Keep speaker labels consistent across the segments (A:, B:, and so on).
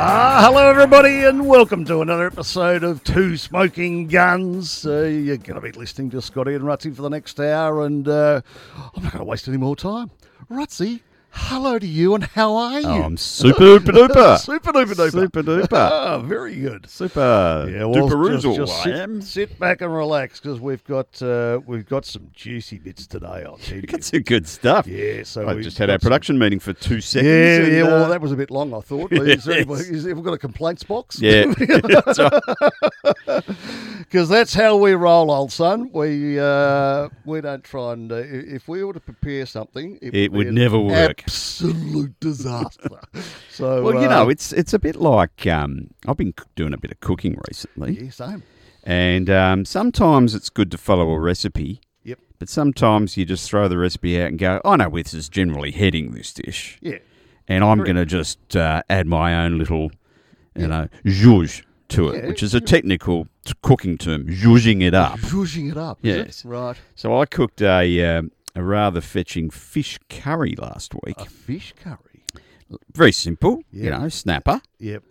A: Ah, hello, everybody, and welcome to another episode of Two Smoking Guns. Uh, you're going to be listening to Scotty and Rutsy for the next hour, and uh, I'm not going to waste any more time. Rutsy, hello to you, and how are you?
B: Oh, I'm super duper duper.
A: super duper duper.
B: Super duper.
A: Ah, very good.
B: Super
A: Yeah, well,
B: duper
A: just,
B: oozle
A: just
B: I
A: sit,
B: am.
A: sit back and relax because we've got uh, we've got some juicy bits today. I'll tell you.
B: Got some good stuff.
A: Yeah, so
B: I
A: we've
B: just had our
A: got some-
B: production meeting for two seconds.
A: Yeah,
B: and,
A: yeah.
B: uh,
A: Well, that was a bit long, I thought. But is there
B: Yes.
A: anybody- is- have we got a complaints box?
B: yeah. That's right.
A: Because that's how we roll, old son. We uh, we don't try and uh, i- if we were to prepare something,
B: It
A: be
B: would
A: an
B: never work.
A: Absolute disaster. so
B: Well, you
A: uh,
B: know, it's it's a bit like um, I've been c- doing a bit of cooking recently,
A: yeah, same.
B: and um, sometimes it's good to follow a recipe.
A: Yep.
B: But sometimes you just throw the recipe out and go, I know where this is generally heading, this dish.
A: Yeah,
B: and I'm going to just uh, add my own little, you know, zhuzh to it,
A: Yeah,
B: which is a technical t- cooking term, zhuzhing it up.
A: pushing it up. is it?
B: Yes.
A: right.
B: So I cooked a um, a rather fetching fish curry last week.
A: A fish curry.
B: Uh, Very simple, you
A: Yeah.
B: know, snapper.
A: Yep.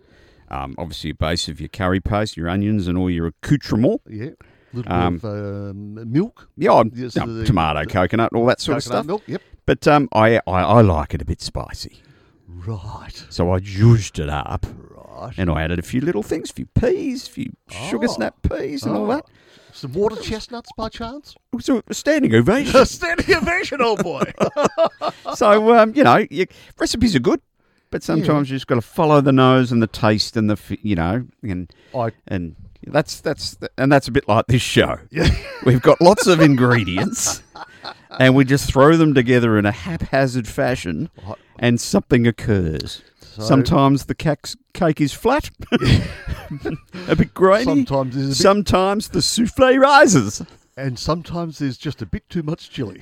B: Um, obviously, a base of your curry paste, your onions, and all your accoutrements.
A: Yeah. Little
B: Um,
A: bit of um, milk.
B: Yeah, I'm-
A: Yes,
B: no,
A: the-
B: tomato, coconut, all that sort
A: coconut
B: of stuff.
A: Milk. Yep.
B: But um, I, I I like it a bit spicy,
A: Right.
B: so I zhuzhed it up.
A: Right.
B: And I added a few little things, a few peas, a few sugar
A: Oh.
B: snap peas, and all
A: Oh.
B: that.
A: Some water chestnuts by chance?
B: It was a standing ovation.
A: A standing ovation, old boy.
B: so um, you know, your recipes are good, but sometimes you just got to follow the nose and the taste and the f- you know, and
A: I
B: and that's that's and that's a bit like this show.
A: yeah.
B: We've got lots of ingredients, and we just throw them together in a haphazard fashion, and something occurs. sometimes the cake's, cake is flat, a bit grainy.
A: Sometimes there's a bit-
B: sometimes the souffle rises.
A: and sometimes there's just a bit too much chili.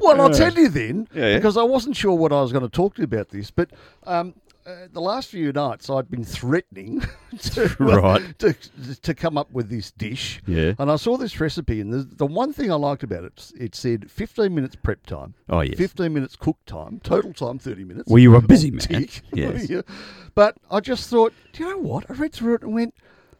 A: well, I'll tell you then,
B: Yeah, yeah.
A: because I wasn't sure what I was going to talk to you about this, but um, uh, the last few nights I'd been threatening to,
B: Right.
A: to, to come up with this dish.
B: Yeah.
A: And I saw this recipe, and the, the one thing I liked about it, it said 15 minutes prep time.
B: Oh, yes.
A: 15 minutes cook time, total time 30 minutes.
B: Well, you're a busy man.
A: tick.
B: Yes.
A: Yeah. But I just thought, do you know what? I read through it and went,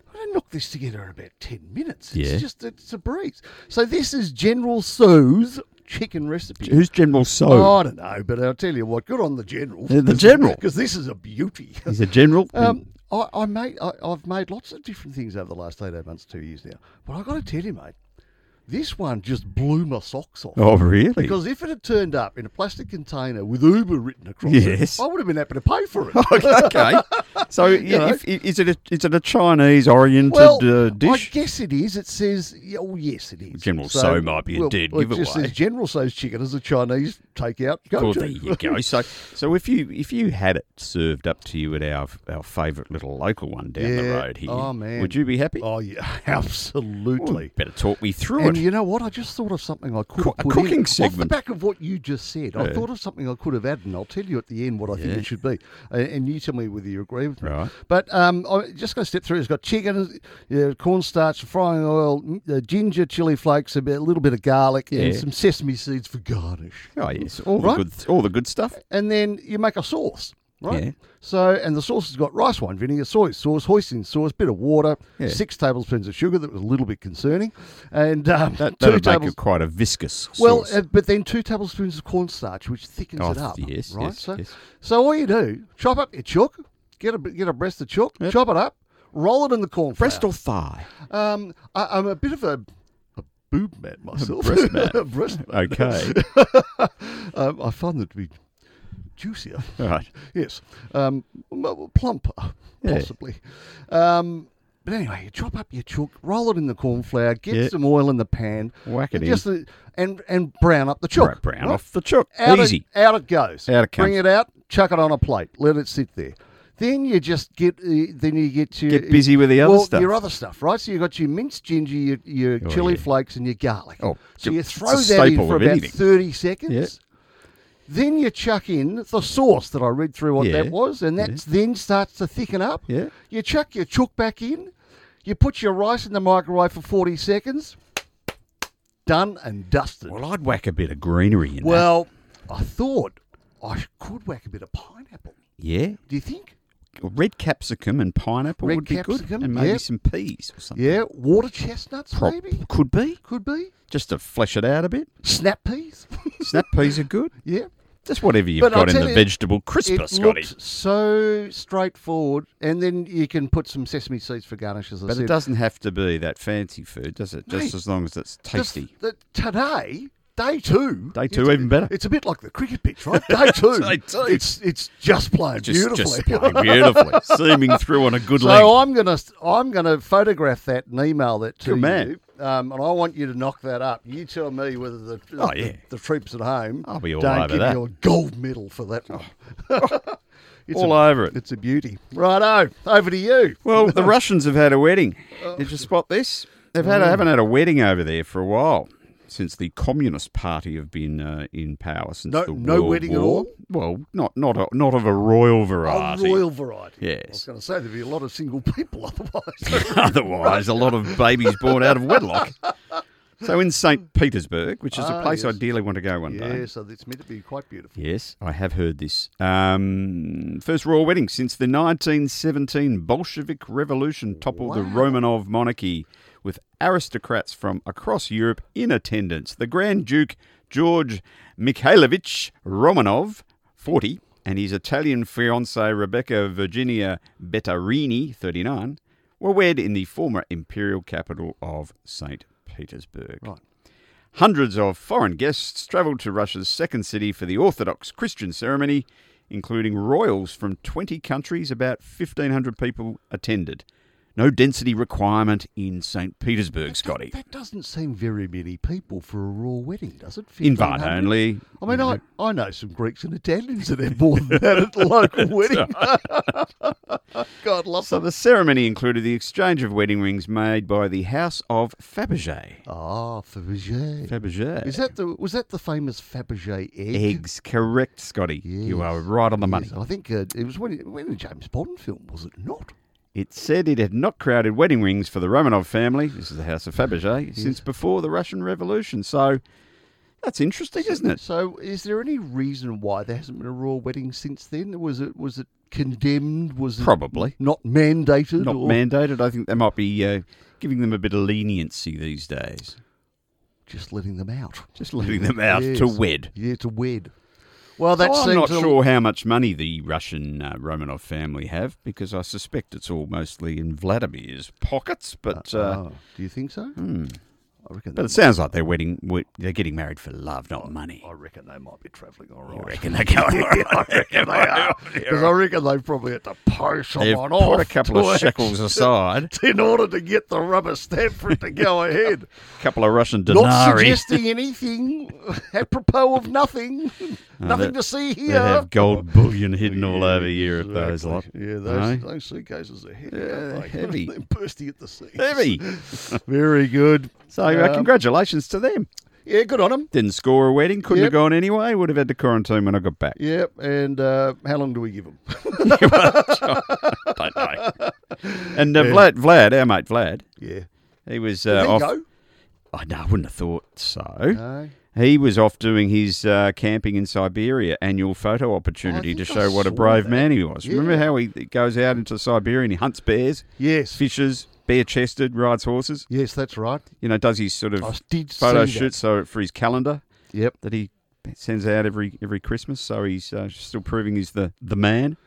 A: I'm going to knock this together in about 10 minutes. It's
B: Yeah.
A: just, it's a breeze. So this is General So's chicken recipe.
B: Who's General So?
A: I don't know, but I'll tell you what, good on the general.
B: The- the general. Hmm.
A: Because this is a beauty.
B: He's a general.
A: Um, I, I made, I, I've made lots of different things over the last 18 months, two years now. But i got to tell you, mate, this one just blew my socks off.
B: oh, really?
A: Because if it had turned up in a plastic container with Uber written across
B: Yes.
A: it, I would have been happy to pay for it.
B: okay. So, yeah,
A: know.
B: if, i- is it a, is it a Chinese oriented
A: well,
B: uh,
A: I
B: dish?
A: guess it is. It says, oh yes, it is.
B: General
A: So,
B: So might be a
A: well,
B: dead
A: well, It just
B: giveaway.
A: says General So's chicken as a Chinese takeout. Go
B: Well,
A: to.
B: there you go. So, so if you if you had it served up to you at our our favourite little local one down the
A: Yeah.
B: road here,
A: Oh, man.
B: would you be happy?
A: Oh yeah,
B: Well,
A: absolutely.
B: better talk me through
A: And
B: it.
A: you know what? I just thought of something I could
B: Coo-
A: have
B: a
A: put
B: cooking
A: in. off the
B: segment.
A: back of what you just said. I
B: Yeah.
A: thought of something I could have added, and I'll tell you at the end what I think
B: Yeah.
A: it should be. A- And you tell me whether you agree with me.
B: Right.
A: But um, I'm just going to step through. It's got chicken, uh, cornstarch, frying oil, m- uh, ginger, chili flakes, a, bit, a little bit of garlic, and
B: Yeah.
A: some sesame seeds for garnish.
B: Oh yes, all
A: Right.
B: the good all the good stuff.
A: And then you make a sauce, right?
B: Yeah.
A: So, and the sauce has got rice wine vinegar, soy sauce, hoisin sauce, bit of water,
B: Yeah.
A: six tablespoons of sugar. That was a little bit concerning, and um,
B: That
A: two
B: that'd make
A: tablespoons.
B: it quite a viscous.
A: Well,
B: sauce.
A: uh, but then two tablespoons of cornstarch, which thickens
B: Oh,
A: it up.
B: yes,
A: right.
B: yes,
A: so,
B: yes.
A: so all you do, chop up your chook, get a get a breast of chook, chop it up, roll it in the corn.
B: breast or thigh?
A: Um, I, I'm a bit of a, a boob man myself.
B: breast man.
A: A breast man.
B: Okay,
A: Um, I find that to be juicier.
B: all right.
A: Yes. Um, m- plumper,
B: Yeah.
A: possibly. Um, but anyway, you chop up your chook, roll it in the corn flour, get
B: Yeah.
A: some oil in the pan,
B: Whack it
A: and
B: in.
A: just in. and and brown up the chook.
B: Right, brown
A: right?
B: off the chook.
A: Out
B: Easy.
A: It, out it goes.
B: Out it comes.
A: Bring it out, chuck it on a plate, let it sit there. Then you just get, uh, then you get to
B: Get busy with the other
A: well,
B: stuff.
A: Your other stuff, right? So you got your minced ginger, your, your
B: Oh,
A: chili
B: yeah.
A: flakes, and your garlic.
B: Oh,
A: so
B: ju-
A: you
B: it's a
A: throw that in
B: staple
A: for
B: of
A: about
B: anything.
A: thirty seconds.
B: Yeah.
A: Then you chuck in the sauce that I read through what
B: Yeah.
A: that was, and that then starts to thicken up.
B: Yeah.
A: You chuck your chook back in. You put your rice in the microwave for forty seconds. Done and dusted.
B: Well, I'd whack a bit of greenery in that.
A: Well, I thought I could whack a bit of pineapple.
B: yeah.
A: Do you think?
B: or red capsicum and pineapple
A: Red
B: would be good,
A: capsicum,
B: and maybe
A: yep.
B: some peas or something.
A: Yeah, water chestnuts
B: Prob-
A: maybe
B: could be
A: could be
B: just to flesh it out a bit.
A: snap peas.
B: Snap peas are good.
A: yeah,
B: Just whatever you've
A: But I'll
B: got in
A: tell
B: the
A: you,
B: vegetable
A: it
B: crisper, Scotty.
A: looks so straightforward, and then you can put some sesame seeds for garnishes.
B: But it doesn't have to be that fancy food, does it? Just
A: Mate,
B: as long as it's tasty.
A: today, day two.
B: Day two, even better.
A: It's a bit like the cricket pitch, right? Day two.
B: Day two.
A: It's it's just playing
B: Just,
A: beautifully.
B: just plain beautifully, seaming through on a good
A: So
B: length.
A: I'm gonna I'm gonna photograph that and email that to
B: Good man.
A: you, um, and I want you to knock that up. You tell me whether the
B: Oh,
A: the,
B: yeah.
A: the troops at home
B: I'll be all
A: don't
B: over
A: give
B: that. Oh.
A: you a gold medal for that one. it's
B: All
A: a,
B: over it.
A: It's a beauty. Righto, over to you.
B: Well, the Russians have had a wedding.
A: Oh.
B: Did you spot this? They've had haven't had a wedding over there for a while since the Communist Party have been uh, in power since
A: No-
B: the
A: no
B: World
A: wedding at
B: War.
A: all?
B: Well, not not a, not of a royal
A: A
B: variety.
A: royal variety. I was
B: Yes.
A: going to say there'd be a lot of single people otherwise.
B: Otherwise, a lot of babies born out of wedlock. So in St. Petersburg, which is
A: Ah,
B: a place
A: yes.
B: I dearly want to go one day.
A: yeah, so it's meant to be quite beautiful.
B: Yes, I have heard this. Um, first royal wedding since the 1917 Bolshevik Revolution toppled the Romanov monarchy, with aristocrats from across Europe in attendance. The Grand Duke George Mikhailovich Romanov, 40, and his Italian fiancée Rebecca Virginia Bettarini, 39, were wed in the former imperial capital of St. Petersburg.
A: Right.
B: Hundreds of foreign guests travelled to Russia's second city for the Orthodox Christian ceremony, including royals from 20 countries. About 1,500 people attended. No density requirement in St. Petersburg, Scotty.
A: That doesn't seem very many people for a royal wedding, does it?
B: Invite
A: 1500?
B: only.
A: I mean, I, I know some Greeks and Italians that have more than that at the local wedding. God love
B: So
A: them.
B: the ceremony included the exchange of wedding rings made by the House of Fabergé.
A: Ah, Fabergé.
B: Fabergé.
A: Is that the was that the famous Fabergé egg?
B: eggs? Correct, Scotty. You
A: Yes.
B: are right on the money.
A: Yes, I think uh, it was when it, when the James Bond film was it not?
B: It said it had not crowded wedding rings for the Romanov family, this is the House of Fabergé, since before the Russian Revolution. So that's interesting, isn't it?
A: So, is there any reason why there hasn't been a royal wedding since then? Was it was it condemned? Was it
B: Probably.
A: not mandated?
B: Not
A: or
B: mandated. I think they might be uh, giving them a bit of leniency these days.
A: just letting them out?
B: Just letting them out to
A: Yes.
B: wed.
A: Yeah, to wed. Well, that
B: Oh, I'm
A: seems
B: not
A: a-
B: sure how much money the Russian uh, Romanov family have because I suspect it's all mostly in Vladimir's pockets. But uh,
A: Oh, do you think so? I reckon.
B: Hmm. but
A: they
B: it sounds like they're wedding. we- They're getting married for love, not money.
A: I reckon they might be travelling all
B: I
A: right.
B: reckon they're going. I reckon they are.
A: Because I reckon they probably had to pay
B: They've
A: someone off
B: put a couple
A: to
B: of shekels aside,
A: act in order to get the rubber stamp for it to go ahead.
B: a couple of Russian
A: Not
B: denarii.
A: suggesting anything, apropos of nothing, nothing to see
B: Oh, They
A: here.
B: have gold bullion hidden all over Europe. Those lot.
A: uh,
B: eh?
A: Exactly. Yeah,
B: No?
A: those, those suitcases are heavy.
B: they're
A: aren't they?
B: heavy.
A: they're bursty at the seams.
B: Heavy.
A: Very good. Um,
B: So uh, congratulations to them.
A: Yeah, good on them.
B: Didn't score a wedding. Couldn't
A: Yep.
B: have gone anyway. Would have had to quarantine when I got back.
A: Yep. And uh, how long do we give them?
B: Don't know. And uh, Vlad, Vlad, our mate Vlad,
A: yeah.
B: he was
A: There
B: uh,
A: you
B: off.
A: go.
B: I know. I wouldn't have thought so.
A: No.
B: He was off doing his uh, camping in Siberia annual photo opportunity to
A: think Oh, I
B: show what a
A: saw
B: brave
A: that.
B: man he was. Remember
A: Yeah.
B: how he goes out into Siberia and he hunts bears,
A: Yes.
B: fishes, bare chested, rides horses?
A: Yes, that's right.
B: You know, does his sort
A: I
B: of
A: did see
B: photo
A: that.
B: shoots so for his calendar
A: Yep.
B: that he sends out every every Christmas. So he's uh, still proving he's the, the man.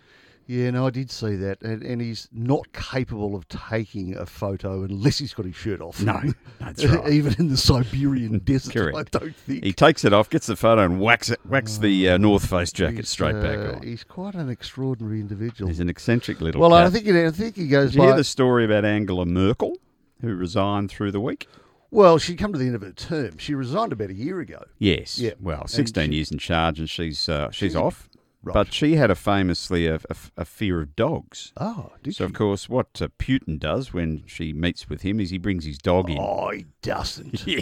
A: Yeah, no, I did see that, and, and he's not capable of taking a photo unless he's got his shirt off.
B: No, that's right.
A: even in the Siberian desert, I
B: Correct.
A: don't think.
B: He takes it off, gets the photo, and whacks it, whacks the uh, North Face jacket
A: He's,
B: straight back
A: uh,
B: on.
A: He's quite an extraordinary individual.
B: He's an eccentric little.
A: Well, I
B: cat.
A: think you know, I think he goes
B: Did you hear
A: by.
B: the story about Angela Merkel, who resigned through the week?
A: Well, she come to the end of her term. She resigned about a year ago.
B: Yes.
A: Yeah.
B: Well,
A: And
B: 16
A: she-
B: years in charge, and she's uh, she's
A: She's-
B: off.
A: Right.
B: But she had a famously a, a, a fear of dogs.
A: oh, did
B: so
A: she?
B: of course, what uh, Putin does when she meets with him is he brings his dog in.
A: Oh, he doesn't.
B: Yeah.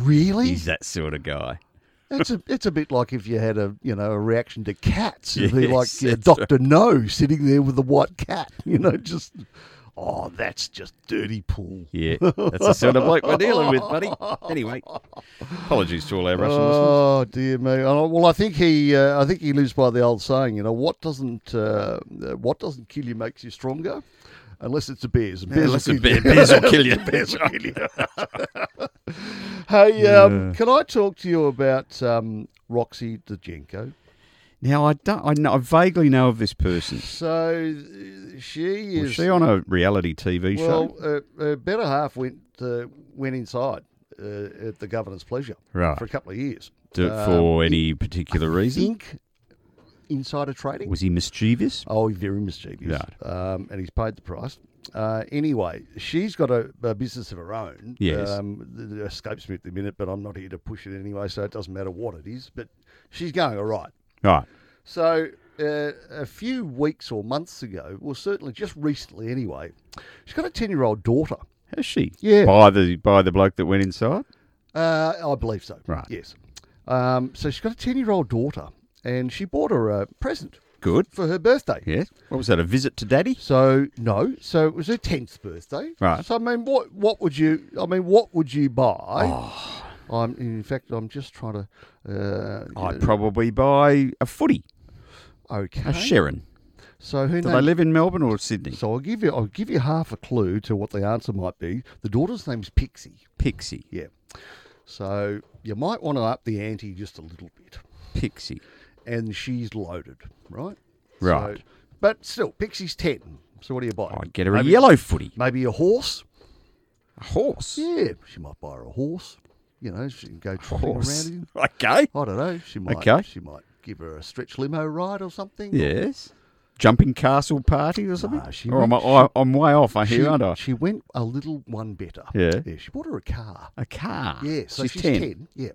A: Really?
B: He's that sort of guy.
A: It's a it's a bit like if you had a you know a reaction to cats. It'd be
B: Yes,
A: like uh,
B: that's
A: Doctor No sitting there with the white cat. You know, just Oh, that's just dirty pool.
B: Yeah, that's the sort of bloke we're dealing with, buddy. Anyway, apologies to all our Russian listeners.
A: Oh dear me! And I- Well, I think he, uh, I think he lives by the old saying. You know, what doesn't, uh, uh, what doesn't kill you makes you stronger, unless it's the bears. And bears will
B: Unless a
A: kill
B: bear,
A: you.
B: bears will kill you.
A: Bears will kill you. hey, um,
B: Yeah.
A: can I talk to you about um, Roxy Dajenko?
B: Now I don't. I, know, I vaguely know of this person.
A: So uh, she is
B: Was she on a reality TV
A: well,
B: show?
A: uh, uh, better half went uh, went inside uh, at the governor's pleasure
B: Right.
A: for a couple of years. Uh,
B: Do it
A: um,
B: for any particular reason?
A: Inc. Insider trading.
B: Was he mischievous?
A: Oh, he's very mischievous. Um, and he's paid the price. Uh, anyway, she's got a, a business of her own.
B: Yes.
A: Um, th- th- escapes me at the minute, but I'm not here to push it anyway, so it doesn't matter what it is. But she's going all right.
B: Right.
A: So uh, a few weeks or months ago, well, certainly just recently anyway, she's got a 10 year old daughter.
B: Has she?
A: Yeah.
B: By the by the bloke that went inside.
A: Uh, I believe so.
B: Right.
A: Yes. Um, so she's got a 10 year old daughter, and she bought her a present
B: Good.
A: for her birthday.
B: Yes. What was that? A visit to daddy?
A: So no, so it was her tenth birthday.
B: Right.
A: So I mean, what what would you? I mean, what would you buy?
B: Oh.
A: I'm in fact, I'm just trying to. Uh,
B: I'd probably buy a footy,
A: okay.
B: a Sharon.
A: so her
B: Do they
A: name.
B: live in Melbourne or Sydney?
A: so I'll give you I'll give you half a clue to what the answer might be. The daughter's name's Pixie.
B: Pixie.
A: Yeah. So you might want to up the ante just a little bit,
B: Pixie.
A: and she's loaded, right?
B: Right.
A: So, but still, Pixie's ten. So what do you buy?
B: I'd get her
A: maybe,
B: a yellow footy,
A: Maybe a horse.
B: a horse.
A: Yeah, she might buy her a horse. You know, she can go trotting
B: Horse.
A: around in.
B: Okay.
A: I don't know. She might.
B: Okay.
A: She might give her a stretch limo ride or something.
B: Yes. Jumping castle party or something?
A: Nah, she
B: or am I,
A: went-
B: I, I'm way off, I hear,
A: She,
B: aren't I?
A: she went a little one better.
B: Yeah.
A: Yeah. She bought her a car.
B: A car.
A: Yeah. So she's,
B: 10.
A: Yeah.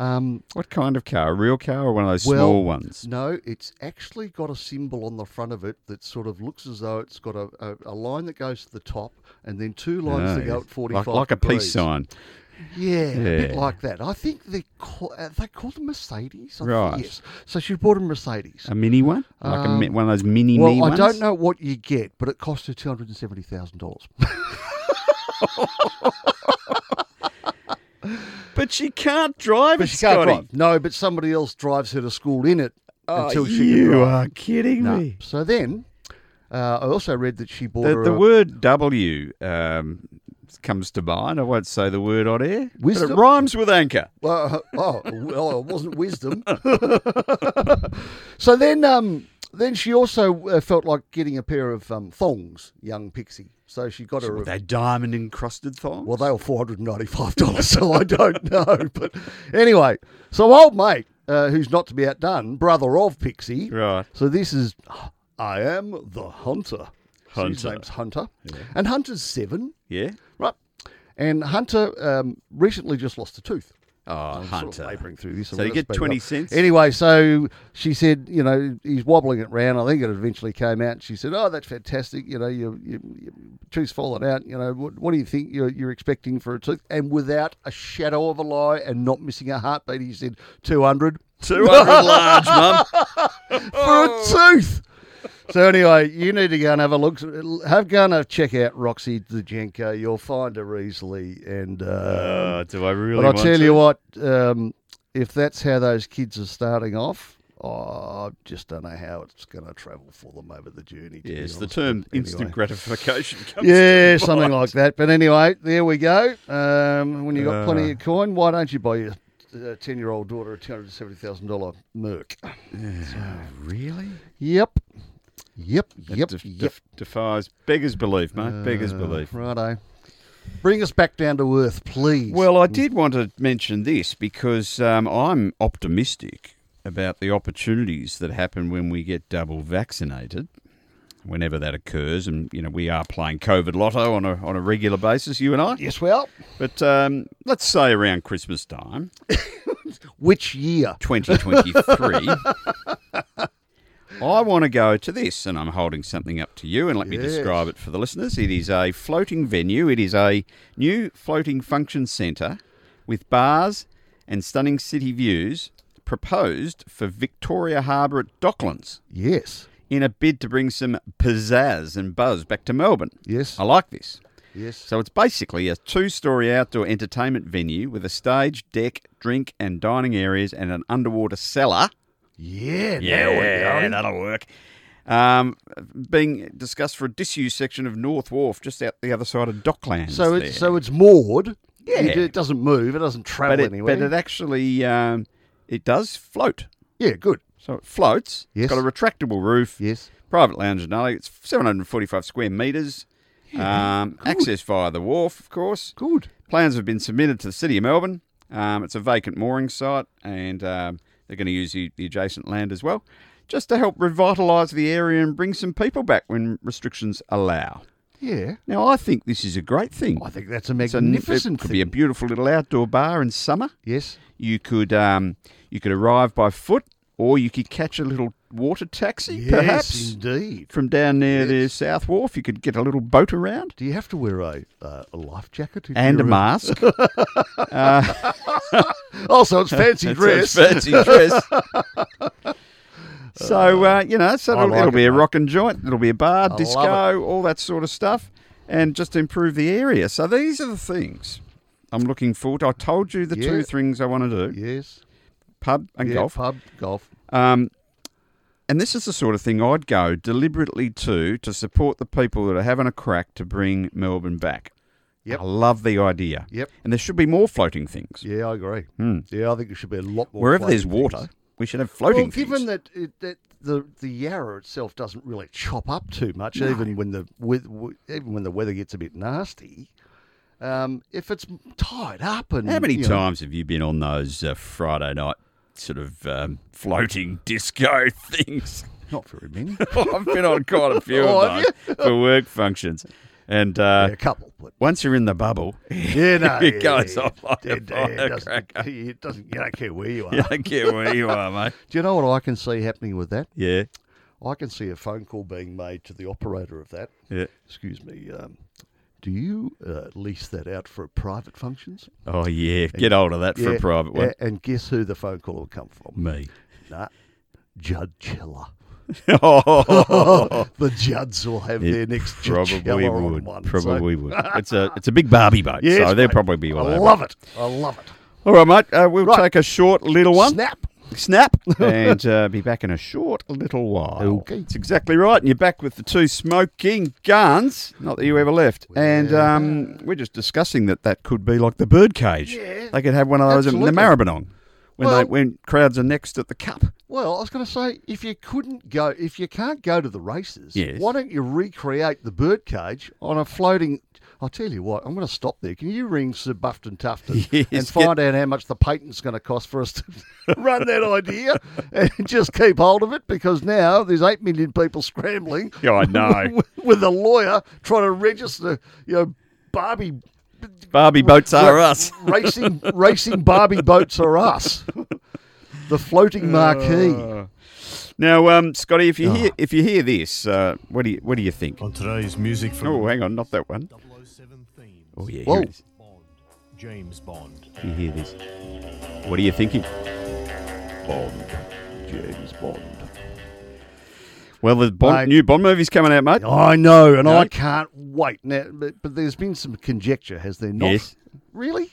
A: Um,
B: What kind of car? A real car or one of those
A: well,
B: small ones?
A: No, it's actually got a symbol on the front of it that sort of looks as though it's got a, a, a line that goes to the top and then two lines that
B: No,
A: go
B: yes.
A: at forty-five.
B: like, like a peace
A: degrees.
B: sign.
A: Yeah, a bit
B: Yeah.
A: like that. I think they call, uh, they called them Mercedes. I think,
B: Right.
A: yes. So she bought a Mercedes.
B: A mini one? Like a, mi-
A: Um,
B: one of those mini
A: well,
B: me
A: I
B: ones?
A: don't know what you get, but it cost her two hundred and seventy thousand dollars.
B: But she can't drive it, Scotty.
A: No, but somebody else drives her to school in it
B: Oh,
A: until she can
B: you
A: drive.
B: are kidding
A: No.
B: me.
A: So then, uh, I also read that she bought
B: The,
A: her
B: the
A: a
B: word W um, comes to mind. I won't say the word on air. But
A: Wisdom?
B: it rhymes with anchor.
A: Well, oh, well, it wasn't wisdom. so then, um, then she also uh, felt like getting a pair of um, thongs, young Pixie. So she got her. a-
B: Were they diamond encrusted thongs?
A: Well, they were four hundred and ninety-five dollars, so I don't know. But anyway, so old mate, uh, who's not to be outdone, brother of Pixie.
B: Right.
A: So this is, I am the hunter. So His
B: Hunter.
A: name's Hunter, and Hunter's seven,
B: Yeah.
A: right? And Hunter um, recently just lost a tooth.
B: Oh,
A: I'm sort
B: Hunter.
A: of labouring through this. I
B: So you
A: wanna
B: get
A: speed it
B: 20
A: up.
B: cents?
A: Anyway, so she said, you know, he's wobbling it round. I think it eventually came out. She said, oh, that's fantastic. You know, your, your, your tooth's fallen out. You know, what, what do you think you're, you're expecting for a tooth? And without a shadow of a lie and not missing a heartbeat, he said, 200
B: 200 large, mum.
A: for a
B: Oh.
A: tooth. So anyway, you need to go and have a look. Have go and have check out Roxy Dajenko. You'll find her easily, and uh,
B: Oh, do I really
A: But I'll
B: want
A: tell
B: to?
A: you what, um, if that's how those kids are starting off, oh, I just don't know how it's going to travel for them over the journey. To be
B: Yes, the
A: honest.
B: term instant
A: Anyway.
B: gratification comes
A: Yeah,
B: to
A: something
B: mind.
A: like that. But anyway, there we go. Um, when you've got plenty
B: Uh.
A: of coin, why don't you buy your uh, 10 year old daughter a $270,000 Merc?
B: Oh, Really?
A: Yep. Yep. Yep.
B: Def-
A: yep. Uh,
B: def- defies beggar's belief, mate. beggar's belief.
A: Righto. Bring us back down to earth, please.
B: Well, I did want to mention this because um, I'm optimistic about the opportunities that happen when we get double vaccinated, whenever that occurs. And, you know, we are playing COVID lotto on a, on a regular basis, you and I.
A: yes, well,
B: But um, let's say around Christmas time,
A: which year?
B: 2023. I want to go to this, and I'm holding something up to you, and let me
A: Yes.
B: describe it for the listeners. It is a floating venue, it is a new floating function centre with bars and stunning city views proposed for Victoria Harbour at Docklands
A: Yes.
B: in a bid to bring some pizzazz and buzz back to Melbourne.
A: Yes.
B: I like this.
A: Yes.
B: So it's basically a two story outdoor entertainment venue with a stage, deck, drink, and dining areas and an underwater cellar.
A: Yeah. now we're going.
B: that'll work. Um, being discussed for a disused section of North Wharf just out the other side of Docklands.
A: So
B: there.
A: it's so it's moored.
B: Yeah.
A: It, it doesn't move. It doesn't travel
B: but, it,
A: anywhere.
B: but it actually um, it does float.
A: yeah. Good.
B: So it floats.
A: Yes.
B: It's got a retractable roof.
A: Yes.
B: Private lounge and alley. It's 745 square metres. um, access via the wharf, of course.
A: Good.
B: Plans have been submitted to the City of Melbourne. Um, it's a vacant mooring site, and um, they're going to use the, the adjacent land as well, just to help revitalise the area and bring some people back when restrictions allow.
A: Yeah.
B: Now, I think this is a great thing.
A: I think that's a
B: It's a n-
A: Oh, magnificent
B: it could
A: thing.
B: be a beautiful little outdoor bar in summer.
A: yes.
B: You could um, you could arrive by foot, or you could catch a little water taxi, perhaps
A: Yes, indeed.
B: from down near the South Wharf. You could get a little boat around.
A: Do you have to wear a, uh, a life jacket? if
B: And a
A: you're
B: mask.
A: Also, Oh, it's fancy
B: So
A: dress.
B: it's fancy dress. so uh, you know, so
A: I
B: it'll,
A: like
B: it'll
A: it,
B: be a
A: mate.
B: rock and joint. It'll be a bar,
A: love
B: disco, all that sort of stuff, and just improve the area. So these are the things I'm looking forward. to. I told you the
A: Yeah.
B: two things I want to do:
A: yes.
B: pub and
A: Yeah,
B: golf.
A: Pub, golf.
B: Um, and this is the sort of thing I'd go deliberately to to support the people that are having a crack to bring Melbourne back.
A: Yep.
B: I love the idea.
A: Yep.
B: And there should be more floating things.
A: Yeah, I agree.
B: Hmm.
A: Yeah, I think it should be a lot more.
B: Wherever there's
A: floating
B: water,
A: things.
B: we should have floating
A: Well,
B: things.
A: given that, it, that the the Yarra itself doesn't really chop up too much, even when the with, w- even when the weather gets a bit nasty. Um, if it's tied up and
B: How many
A: you know-
B: times have you been on those uh, Friday night sort of um, floating disco things? Oh,
A: not very many,
B: I've been on quite a few
A: Oh,
B: of
A: have
B: those for work functions. And uh,
A: a couple, but
B: once you're in the bubble,
A: yeah, no,
B: It
A: yeah,
B: goes
A: yeah,
B: off like a
A: it, it, doesn't,
B: firecracker.
A: it doesn't. You don't care where you are.
B: you don't care where you are, mate.
A: Do you know what I can see happening with that?
B: Yeah.
A: I can see a phone call being made to the operator of that.
B: yeah.
A: Excuse me. Um, do you uh, lease that out for private functions?
B: Oh, yeah. Get hold of that for a
A: Yeah,
B: private one.
A: yeah, and guess who the phone call will come from?
B: Me.
A: Nah, Judd Chiller.
B: oh,
A: the Judds will have
B: It
A: their next
B: probably
A: Chiller
B: would.
A: on one. so-
B: Probably would. It's a it's a big Barbie boat,
A: Yes,
B: so they'll
A: mate.
B: probably be all
A: I
B: over.
A: love it. I love it.
B: All right, mate. Uh, we'll take a short little one.
A: Snap.
B: snap and uh, be back in a short little while.
A: Okay.
B: That's exactly right. And you're back with the two smoking guns. Not that you ever left. And um, we're just discussing that that could be like the birdcage.
A: Yeah.
B: They could have one of those in the
A: Absolutely.
B: Maribyrnong when,
A: Well-
B: they, when crowds are next at the cup.
A: Well, I was going to say, if you couldn't go, if you can't go to the races,
B: Yes.
A: why don't you recreate the birdcage on a floating? I'll tell you what, I'm going to stop there. Can you ring Sir Bufton Tufton
B: Yes,
A: and
B: get-
A: find out how much the patent's going to cost for us to run that idea and just keep hold of it? Because now there's eight million people scrambling.
B: Yeah, I know.
A: with a lawyer trying to register, you know, Barbie
B: Barbie boats are us.
A: racing racing Barbie boats are us. The floating marquee.
B: Uh. Now, um, Scotty, if you hear if you hear this, uh, what do you what do you think?
C: On today's music from
B: Oh, hang on, not that one.
C: 007 themes.
B: Oh yeah,
A: Whoa.
B: here it is.
C: Bond. James Bond.
B: If you hear this, what are you thinking?
A: Bond, James Bond.
B: Well, the Bond,
A: Mate.
B: new Bond movie's coming out, mate.
A: I know, and
B: No?
A: I can't wait. Now, but, but there's been some conjecture, has there not?
B: Yes.
A: Really?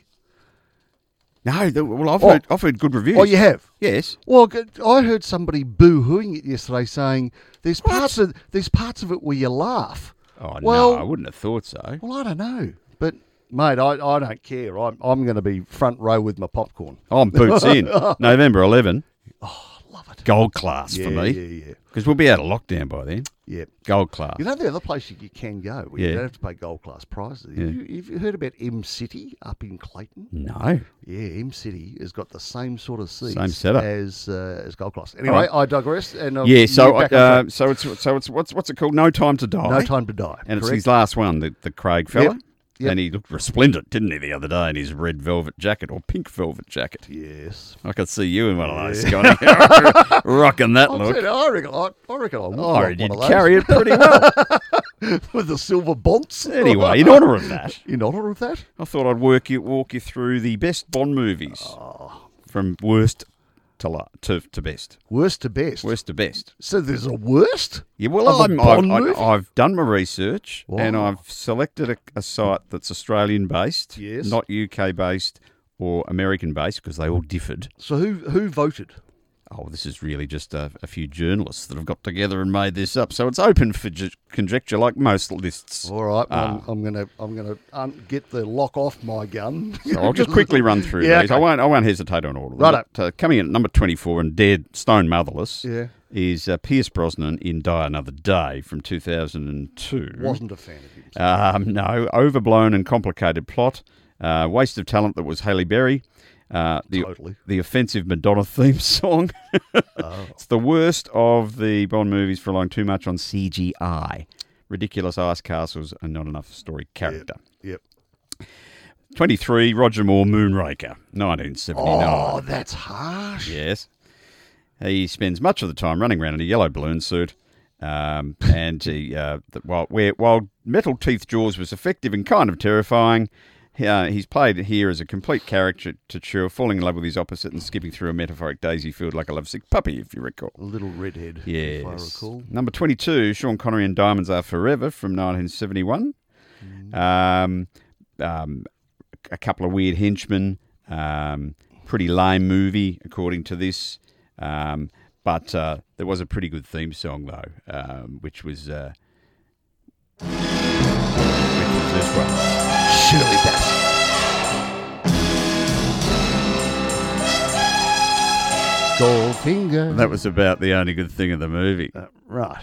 B: No, the, well, I've
A: Oh.
B: heard I've heard good reviews.
A: Oh, you have.
B: Yes.
A: Well, good- I heard somebody boo-hooing it yesterday, saying there's parts of there's parts of it where you laugh.
B: Oh
A: Well-
B: no, I wouldn't have thought so.
A: Well, I don't know, but mate, I, I don't care. I'm I'm going to be front row with my popcorn.
B: Oh, I'm boots in. November 11,
A: I love it.
B: gold class
A: yeah,
B: for me
A: Yeah, yeah,
B: because we'll be out of lockdown by then.
A: yeah.
B: Gold class.
A: You know the other place you, you can go where
B: Yeah.
A: you don't have to pay gold class prices. Have, you, have you heard about M City up in Clayton?
B: no.
A: Yeah, M City has got the same sort of seats
B: Same setup.
A: as uh, as gold class. Anyway,
B: right.
A: I digress. And I'll
B: Yeah.
A: be
B: So
A: back on
B: uh,
A: track.
B: so it's so it's what's what's it called? No time to die.
A: no time to die.
B: And it's
A: correct?
B: his last one, the, the Craig fella.
A: Yep, yep.
B: And he looked resplendent, didn't he, the other day in his red velvet jacket or pink velvet jacket.
A: yes.
B: I could see you in one of those, Scotty, rocking that
A: I
B: Oh, look.
A: said, I reckon I, I reckon I would
B: Oh,
A: like
B: he
A: one
B: did
A: of those
B: carry it pretty well.
A: with the silver bonds.
B: anyway, in honour of that,
A: in honor of that. Oh.
B: I thought I'd work you walk you through the best Bond movies from worst to la- to, to best.
A: Worst to best.
B: Worst to best.
A: So there's a worst?
B: Yeah, well,
A: Of a
B: I'm, I've,
A: Bond movie?
B: I've, I've done my research and
A: Wow.
B: I've selected a, a site that's Australian based,
A: Yes.
B: not UK based or American based because they all differed.
A: So who who voted?
B: Oh, this is really just a, a few journalists that have got together and made this up. So it's open for ju- conjecture, like most lists.
A: All right,
B: Ah.
A: well, I'm, I'm gonna I'm gonna um, get the lock off my gun.
B: So I'll just quickly run through
A: Yeah,
B: these. I
A: okay.
B: won't. I won't hesitate on all of them.
A: Righto.
B: But, uh, coming in at number twenty-four and dead stone motherless
A: Yeah.
B: is uh, Pierce Brosnan in Die Another Day from two thousand and two.
A: Wasn't a fan of him.
B: Um, no, overblown and complicated plot, uh, waste of talent that was Haley Berry. Uh, the,
A: Totally. Oh.
B: the offensive Madonna theme song. It's the worst of the Bond movies for relying too much on CGI, ridiculous ice castles, and not enough story character.
A: Yep.
B: 23, Roger Moore, Moonraker, 1979.
A: Oh, that's harsh.
B: Yes. He spends much of the time running around in a yellow balloon suit. Um, and he, uh, the, while, where, while Metal Teeth Jaws was effective and kind of terrifying, uh, he's played here as a complete caricature, falling in love with his opposite and skipping through a metaphoric daisy field like a lovesick puppy, if you recall.
A: A little redhead,
B: Yes.
A: if I recall.
B: Number 22, Sean Connery and Diamonds Are Forever from 1971. Um, um, a couple of weird henchmen. Um, pretty lame movie, according to this. Um, but uh, there was a pretty good theme song, though, um, which was. Uh, which was this one.
A: Shirley Bassey. Goldfinger.
B: That was about the only good thing of the movie,
A: Uh, right.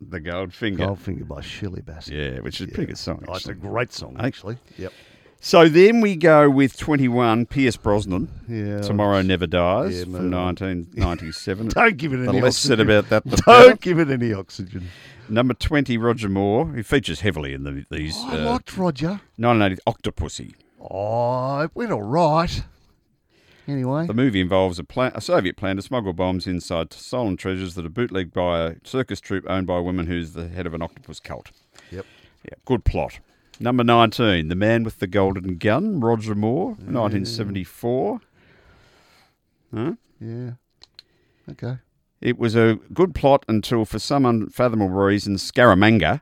B: The Gold Finger.
A: Goldfinger by Shirley Bassey.
B: Yeah, which is a pretty good song.
A: Oh, it's a
B: actually.
A: great song, actually. Yep.
B: So then we go with 21, Pierce Brosnan.
A: Yeah.
B: Tomorrow Never Dies
A: Yeah,
B: from
A: move on.
B: 1997.
A: Don't give it any
B: the less said
A: oxygen.
B: about that, the better.
A: Don't give it any oxygen.
B: Number 20, Roger Moore, who features heavily in the, these.
A: Oh, I liked Roger.
B: 1980 Octopussy.
A: Oh, it went all right. Anyway.
B: The movie involves a, plan, a Soviet plan to smuggle bombs inside stolen treasures that are bootlegged by a circus troupe owned by a woman who's the head of an octopus cult.
A: Yep.
B: Yeah, good plot. Number 19, The Man with the Golden Gun, Roger Moore, 1974.
A: Yeah. Okay.
B: It was a good plot until, for some unfathomable reason, Scaramanga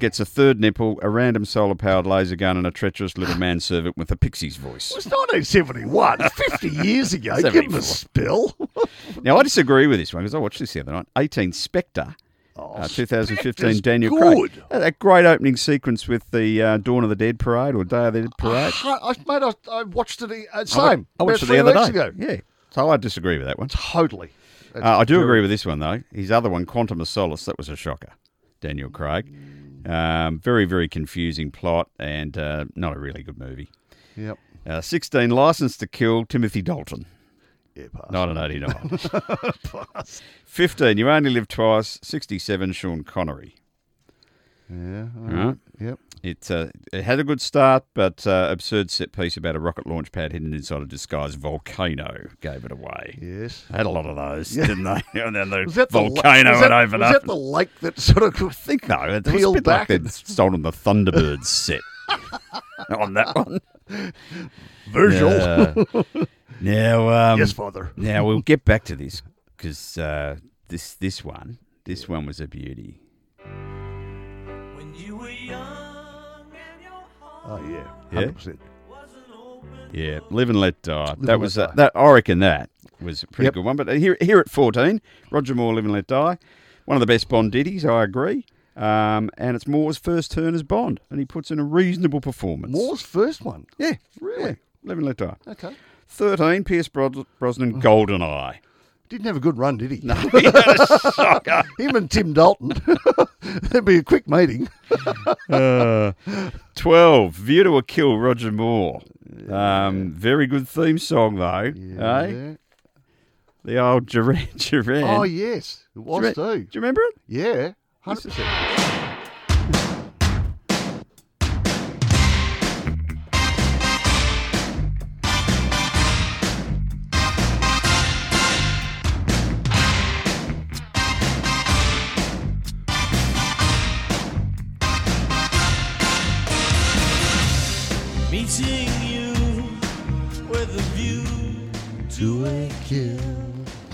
B: gets a third nipple, a random solar powered laser gun, and a treacherous little manservant with a pixie's voice.
A: It's 1971, 50 years ago. Give him a spill.
B: Now, I disagree with this one because I watched this the other night. 18 Spectre. uh, 2015
A: Oh, Spectre's
B: Daniel
A: good.
B: Craig. Uh, That great opening sequence with the uh, Dawn of the Dead parade or Day of the Dead parade.
A: I, I- mate, I, I watched it. the- Uh,
B: I wa-
A: same.
B: I watched
A: about
B: it the
A: three
B: other
A: weeks
B: day.
A: Ago.
B: Yeah. So I disagree with that one.
A: Totally. That's
B: Uh, I do
A: very-
B: agree with this one though. His other one, Quantum of Solace, that was a shocker. Daniel Craig, um, very very confusing plot and uh, not a really good movie.
A: Yep.
B: Uh, Sixteen, License to Kill, Timothy Dalton,
A: Yeah, pass.
B: nineteen eighty nine. Fifteen, You Only Live Twice, sixty seven, Sean Connery.
A: Yeah. all
B: All right.
A: Yep.
B: It, uh, it had a good start, but uh, absurd set piece about a rocket launch pad hidden inside a disguised volcano gave it away.
A: Yes.
B: Had a lot of those, didn't they? and then the
A: Was that the la-
B: volcano
A: was
B: had
A: that-
B: opened
A: was
B: up.
A: that the lake that sort
B: I
A: of?
B: think no, it was a
A: Peeled
B: bit
A: back
B: like they'd
A: and-
B: stolen the Thunderbirds set on that one.
A: Virgil.
B: Yeah. now, um,
A: yes, father.
B: now we'll get back to this because uh, this this one this one was a beauty.
D: When you were young and your
A: Oh
D: heart
A: yeah.
B: Yeah?
A: Hundred percent.
D: wasn't open.
B: Yeah, live and let die.
A: and
B: that
A: Let
B: was
A: Die.
B: that. I reckon that was a pretty
A: Yep.
B: good one. But here here at fourteen, Roger Moore, live and let die, one of the best Bond ditties. I agree. Um, and it's Moore's first turn as Bond, and he puts in a reasonable performance.
A: Moore's first one.
B: Yeah, really. Live and let die.
A: Okay.
B: 13, Pierce Bros-
A: Oh.
B: Brosnan, Golden Eye.
A: Didn't have a good run, did he? No. Him and Tim Dalton. That'd be a quick meeting.
B: 12, View to a Kill, Roger Moore. Um, very good theme song, though. Eh? The old Duran Duran.
A: Oh yes, it was
B: Duran-
A: too.
B: Do you remember it?
A: Yeah, hundred percent.
D: Meeting you with a view to
A: to a kill.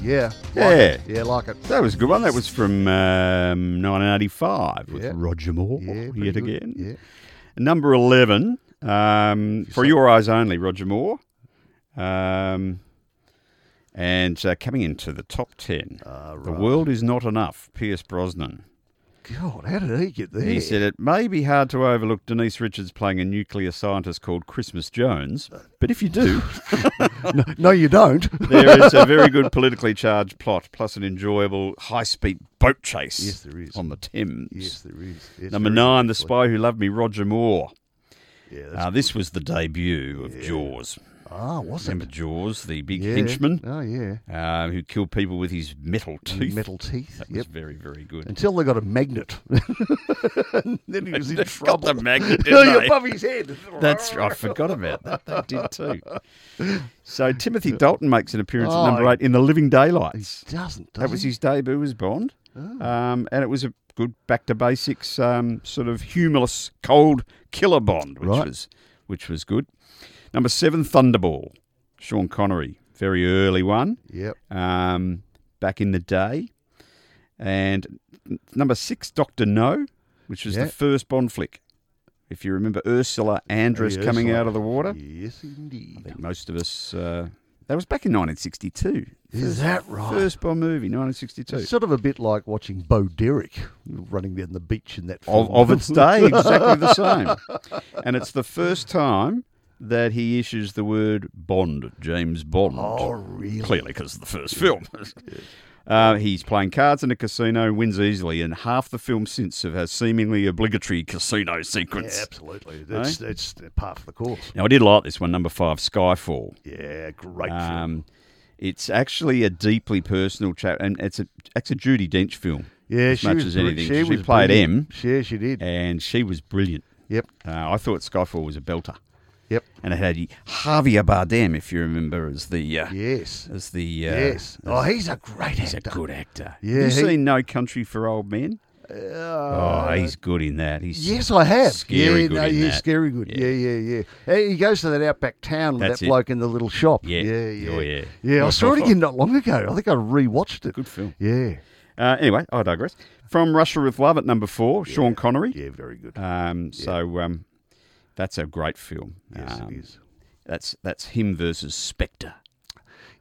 A: Yeah. like
B: Yeah.
A: it. Yeah, like it.
B: That was a good one. That was from um, 1985 with
A: Yeah.
B: Roger Moore
A: Yeah, pretty
B: yet
A: good.
B: again.
A: Yeah.
B: Number 11, um, For Your Eyes Only, Roger Moore. Um, and uh, coming into the top 10,
A: Ah,
B: The
A: right.
B: World Is Not Enough, Pierce Brosnan.
A: God, how did he get there?
B: He said it may be hard to overlook Denise Richards playing a nuclear scientist called Christmas Jones, but if you do,
A: no, no, you don't.
B: there is a very good politically charged plot, plus an enjoyable high-speed boat chase
A: Yes, there is.
B: on the Thames.
A: yes, there is. Yes,
B: Number
A: there is,
B: nine, The
A: actually.
B: Spy Who Loved Me, Roger Moore.
A: Yeah, that's-
B: Uh, this was the debut of Jaws.
A: ah, was it?
B: Remember Jaws, the big
A: Yeah.
B: henchman
A: Oh, yeah.
B: uh, who killed people with his metal teeth.
A: Metal teeth.
B: That was
A: Yep.
B: very, very good.
A: Until they got a magnet. and then he was in trouble.
B: Got the magnet,
A: Oh,
B: didn't
A: you're
B: they?
A: above his head.
B: That's I forgot about that. They did too. So Timothy Dalton makes an appearance
A: Oh,
B: at number eight in The Living Daylights.
A: Doesn't, Oh.
B: That
A: does
B: was
A: he?
B: his debut as Bond, um, and it was a good back to basics um, sort of humorless, cold killer Bond, which
A: Right.
B: was which was good. Number seven, Thunderball, Sean Connery, very early one
A: Yep.
B: um, back in the day, and n- number six, Doctor No, which was
A: Yeah.
B: the first Bond flick. If you remember Ursula Andress
A: Yes,
B: coming
A: like-
B: out of the water,
A: Yes,
B: I
A: indeed.
B: think most of us. Uh, that was back in 1962.
A: Is that right?
B: First Bond movie, 1962.
A: Oh. It's sort of a bit like watching Bo Derek running down the beach in that film.
B: of, of its day, exactly the same. And it's the first time that he issues the word Bond, James Bond.
A: Oh, really?
B: Clearly, because of the first film. Uh, he's playing cards in a casino, wins easily, and half the film since have has seemingly obligatory casino
A: Yeah,
B: sequence. eh?
A: absolutely. That's, that's part of the course.
B: Now, I did like this one, number five, Skyfall.
A: Yeah, great film.
B: Um, it's actually a deeply personal chat, and it's a it's a Judy Dench film.
A: Yeah,
B: as
A: she
B: much
A: was
B: as
A: bri-
B: anything,
A: She,
B: she,
A: was
B: played
A: brilliant. Yeah, she
B: M,
A: did.
B: and she was brilliant.
A: Yep,
B: Uh, I thought Skyfall was a belter,
A: yep.
B: and it had Javier Bardem, if you remember, as the uh,
A: Yes,
B: as the uh,
A: yes. Oh, he's a great
B: he's a
A: actor.
B: good actor.
A: Yeah,
B: Have you
A: he- Uh,
B: seen No Country for Old Men? oh, he's good in that. He's
A: Yes, I have.
B: Scary
A: yeah,
B: good
A: no,
B: in
A: yeah,
B: that.
A: scary good. Yeah, yeah, yeah. Hey, He goes to that outback town with
B: That's
A: that
B: it.
A: bloke in the little shop.
B: Yeah.
A: yeah, yeah.
B: Oh, yeah.
A: Yeah, I
B: Oh,
A: saw it
B: oh,
A: again not long ago. I think I rewatched it.
B: Good film.
A: Yeah,
B: Uh, anyway, I digress. From Russia with Love at number four, Sean Connery.
A: yeah, very good.
B: Um, So um, that's a great film.
A: yes,
B: Um,
A: it is.
B: That's that's him versus Spectre.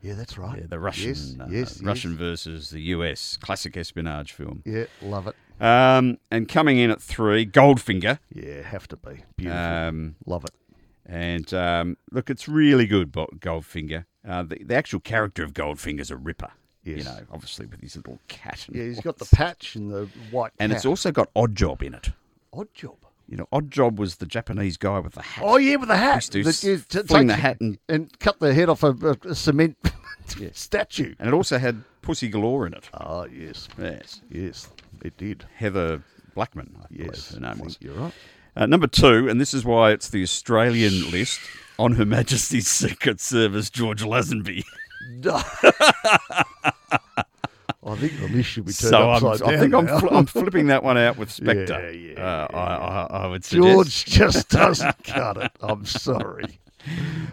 A: Yeah, that's right.
B: Yeah, the Russian
A: Yes,
B: uh,
A: yes,
B: Russian
A: yes.
B: versus the US classic espionage film.
A: Yeah, love it.
B: Um, and coming in at three, Goldfinger.
A: Yeah, have to be beautiful.
B: Um,
A: love it.
B: and um, look, it's really good, Bo- Goldfinger. Uh, the, the actual character of Goldfinger's a ripper. You
A: Yes.
B: know, obviously with his little cat. And
A: Yeah, he's
B: all
A: got the
B: that.
A: patch and the white.
B: and it's
A: cap.
B: also got Oddjob in it.
A: odd job.
B: You know, Oddjob was the Japanese guy with the hat.
A: Oh yeah, with the hat.
B: Used to
A: That
B: s-
A: you t-
B: fling
A: take
B: the hat and-
A: and cut the head off a, a, a cement statue.
B: And it also had Pussy Galore in it.
A: Ah yes,
B: Yes.
A: yes, it did.
B: Heather Blackman, I
A: Yes,
B: believe her name
A: I
B: was.
A: think You're right.
B: Uh, number two, and this is why it's the Australian list on Her Majesty's Secret Service, George Lazenby.
A: I think the list should be turned
B: So I'm,
A: upside down.
B: I think I'm,
A: now.
B: fl- I'm flipping that one out with Spectre.
A: Yeah, yeah,
B: uh, I, I, I would suggest.
A: George just doesn't cut it. I'm sorry.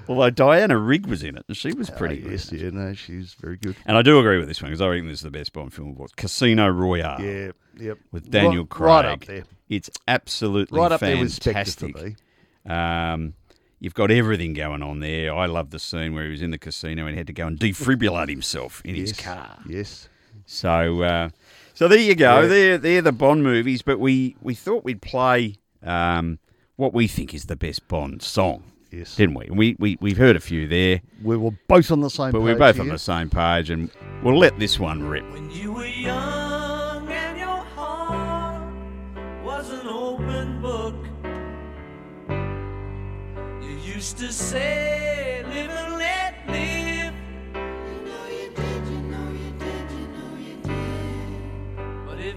B: Although Diana Rigg was in it, and she was pretty
A: Ah,
B: good.
A: yes, yeah, no, she's very good.
B: And I do agree with this one because I reckon this is the best Bond film of all. Casino Royale
A: Yeah, yep.
B: Ah. with Daniel
A: right,
B: Craig.
A: right up there,
B: It's absolutely
A: right up there with Spectre
B: fantastic.
A: for me.
B: Um, you've got everything going on there. I love the scene where he was in the casino and had to go and defibrillate himself in his
A: Yes,
B: car.
A: Yes.
B: So, uh, so there you go.
A: Yeah.
B: They're they're the Bond movies, but we we thought we'd play um, what we think is the best Bond song,
A: Yes.
B: didn't we? And We we we've heard a few there,
A: We were both on the same
B: but
A: page.
B: we're both on
A: here.
B: the same page, and we'll let this one rip.
D: When you were young and your heart was an open book, you used to say, Live and let live. But if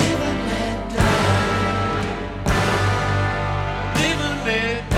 D: Live and let die. Live and let die.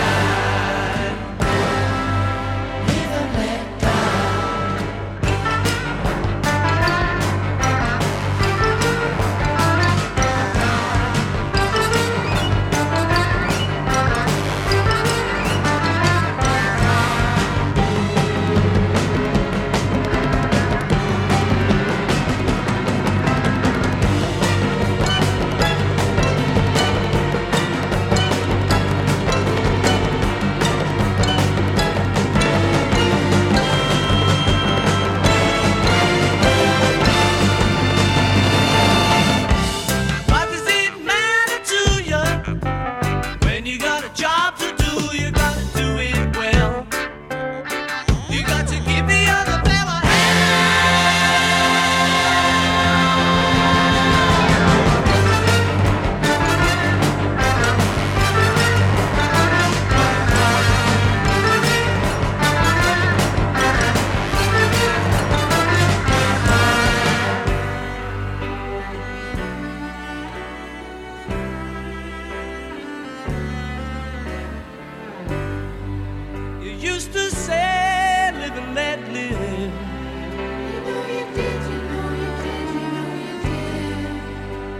D: used to say, live and let live.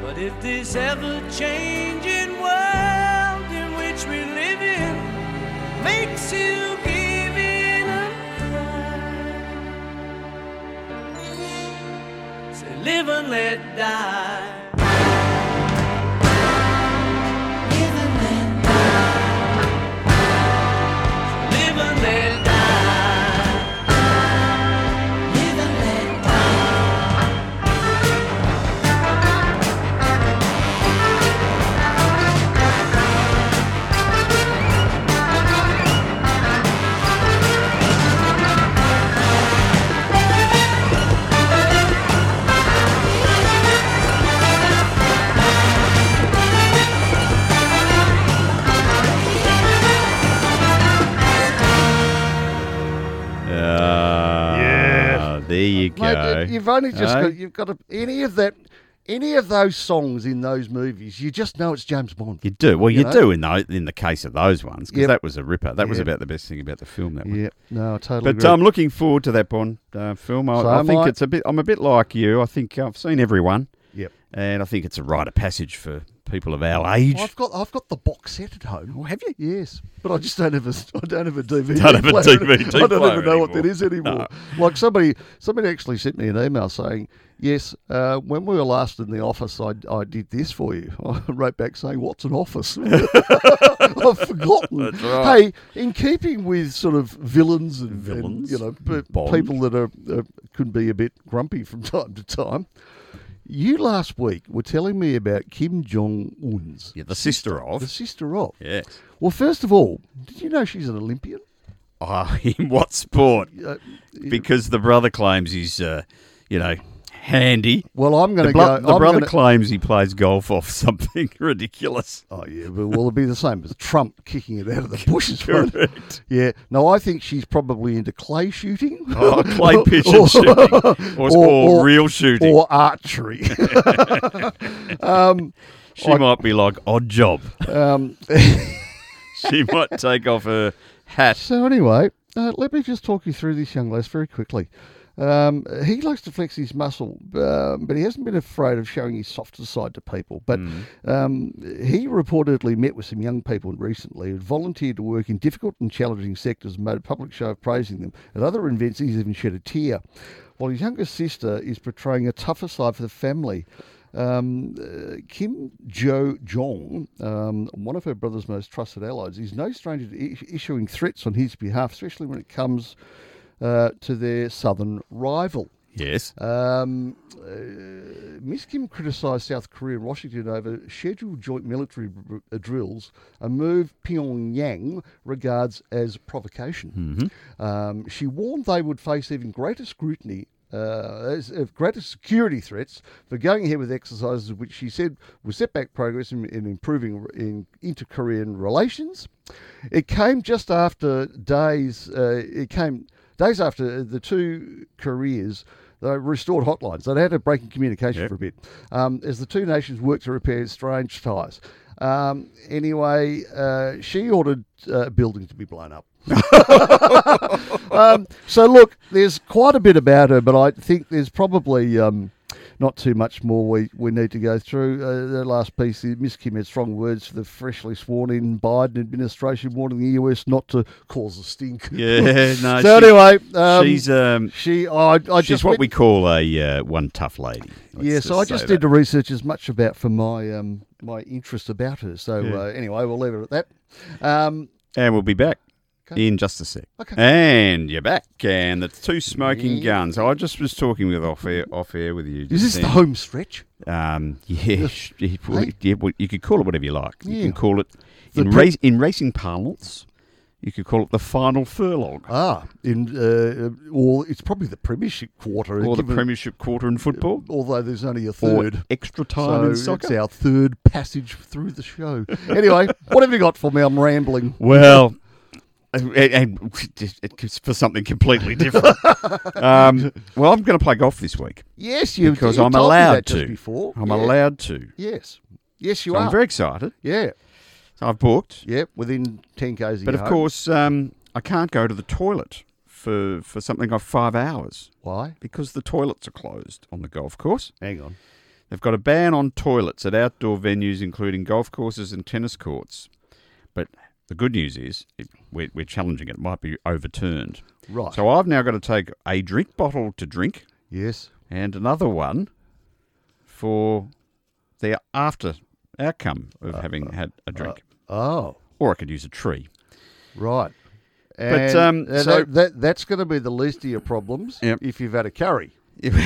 D: But if this ever changing world in which we live in makes you give in a cry, say live and let die. Live and let die. Live and let die.
B: yeah. Uh, There you go.
A: Mate, you've only just
B: Eh?
A: got, you've got to, any of that, any of those songs in those movies. You just know it's James Bond.
B: You do. Well,
A: you
B: you,
A: know?
B: do in the, in the case of those ones, because
A: Yep.
B: that was a ripper. That was
A: Yep.
B: about the best thing about the film, that one.
A: Yeah, no, I totally.
B: But um,
A: agree.
B: I'm looking forward to that Bond uh, film. I,
A: So
B: I
A: am
B: think
A: I.
B: it's a bit. I'm a bit like you. I think I've seen everyone,
A: yep.
B: and I think it's a rite of passage for people of our age.
A: I've got I've got the box set at home.
B: Oh, have you?
A: Yes, but I just don't have a I don't have a DVD.
B: Don't have a
A: player.
B: DVD
A: I don't
B: player
A: even know what that
B: anymore.
A: is anymore. Like somebody somebody actually sent me an email saying, "Yes, uh, when we were last in the office, I, I did this for you." I wrote back saying, "What's an office?" I've forgotten.
B: That's right.
A: Hey, in keeping with sort of villains and, and,
B: Villains,
A: you know, p-
B: Bond.
A: people that are uh, can be a bit grumpy from time to time. You last week were telling me about Kim Jong Un's
B: Yeah, the sister of.
A: the sister of.
B: Yes.
A: Well, first of all, did you know she's an Olympian?
B: Oh, in what sport?
A: Uh,
B: Because the brother claims he's, uh, you know, handy.
A: well, I'm going to
B: The, blo-
A: go.
B: the
A: I'm
B: brother
A: gonna-
B: claims he plays golf off something ridiculous.
A: oh yeah, but well, it'll be the same as Trump kicking it out of the bushes. won't it?
B: Correct.
A: Yeah. No, I think she's probably into clay shooting.
B: Oh, clay pigeon shooting, or, or, real shooting.
A: or archery.
B: she might be like odd job.
A: um,
B: she might take off her hat.
A: So anyway, uh, let me just talk you through this young lass very quickly. Um, he likes to flex his muscle, um, but he hasn't been afraid of showing his softer side to people. But um, he reportedly met with some young people recently who volunteered to work in difficult and challenging sectors and made a public show of praising them. At other events, he's even shed a tear. While his younger sister is portraying a tougher side for the family. Um, uh, Kim Jo Jong, um, one of her brother's most trusted allies, is no stranger to I- issuing threats on his behalf, especially when it comes uh, to their southern rival.
B: Yes.
A: Um, uh, Miss Kim criticised South Korea and Washington over scheduled joint military br- br- drills, a move Pyongyang regards as provocation. Um, she warned they would face even greater scrutiny. Uh, as, of greater security threats for going ahead with exercises which she said will set back progress in, in improving r- in inter-Korean relations. It came just after days. Uh, it came days after uh, the two Koreas they restored hotlines. They'd had a break in communication for a bit um, as the two nations worked to repair strange ties. Um, anyway, uh, she ordered uh, a building to be blown up. um, so look, there's quite a bit about her, but I think there's probably um, not too much more we, we need to go through. Uh, the last piece, Miss Kim had strong words for the freshly sworn-in Biden administration, warning the U.S. not to cause a stink.
B: Yeah. No.
A: so
B: Uh, she-
A: anyway, um,
B: she's um,
A: she, I, I
B: she's
A: just
B: what
A: went-
B: we call a uh, one tough lady. Let's
A: yeah, so I just
B: say
A: did
B: that.
A: the research as much about for my um my interest about her. So
B: Yeah.
A: uh, anyway, we'll leave it at that. Um,
B: and we'll be back
A: Okay.
B: in just a sec.
A: Okay.
B: And you're back, and the two smoking guns. I just was talking with off air, off air with you.
A: is
B: just
A: this the
B: then.
A: home stretch?
B: Um, yeah, sh- yeah, well,
A: Hey.
B: yeah, well, you could call it whatever you like. You
A: Yeah.
B: can call it
A: The
B: in,
A: pe-
B: race, in racing parlance. You could call it the final furlong,
A: Ah, in uh, or it's probably the Premiership quarter,
B: or the
A: given-
B: Premiership quarter in football,
A: although there's only a
B: or
A: third.
B: extra time
A: So
B: in
A: it's
B: soccer.
A: our third passage through the show. anyway, what have you got for me? I'm rambling.
B: Well, and, and just- it's uh, for something completely different. um, well, I'm going to play golf this week.
A: Yes, you
B: Because
A: you
B: I'm
A: told me
B: allowed
A: that just
B: to.
A: before.
B: I'm
A: Yeah.
B: allowed to.
A: Yes, yes, you
B: So
A: are.
B: I'm very excited.
A: yeah,
B: So I've booked,
A: yeah, within ten k's.
B: but of course, um, I can't go to the toilet for, for something like five hours
A: Why?
B: because the toilets are closed on the golf course.
A: Hang on.
B: They've got a ban on toilets at outdoor venues, including golf courses and tennis courts. But the good news is it, we're, we're challenging it. It might be overturned.
A: Right.
B: So I've now got to take a drink bottle to drink
A: yes.
B: and another one for the after outcome of
A: Uh,
B: having had a drink.
A: Oh,
B: or I could use a tree.
A: right.
B: But,
A: And-
B: um,
A: and
B: so-
A: that, that that's going to be the least of your problems
B: Yep.
A: if you've had a curry.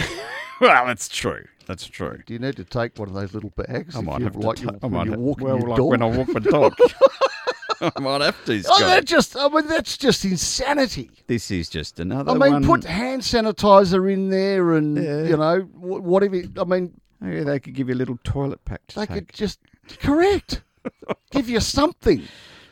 B: well, that's true. That's true.
A: Do you need to take one of those little bags?
B: I
A: if
B: might
A: you-
B: have to.
A: like
B: ta-
A: you,
B: I
A: when
B: might
A: you're
B: have,
A: walking
B: well,
A: your
B: like
A: dog.
B: when I walk my dog. I might have to.
A: Oh,
B: Scott.
A: that just, I mean, that's just insanity.
B: this is just another.
A: I mean,
B: one.
A: put hand sanitizer in there and,
B: Yeah.
A: you know, wh- whatever. I mean,
B: Maybe they could give you a little toilet pack to
A: they
B: take.
A: could just, correct. Give you something.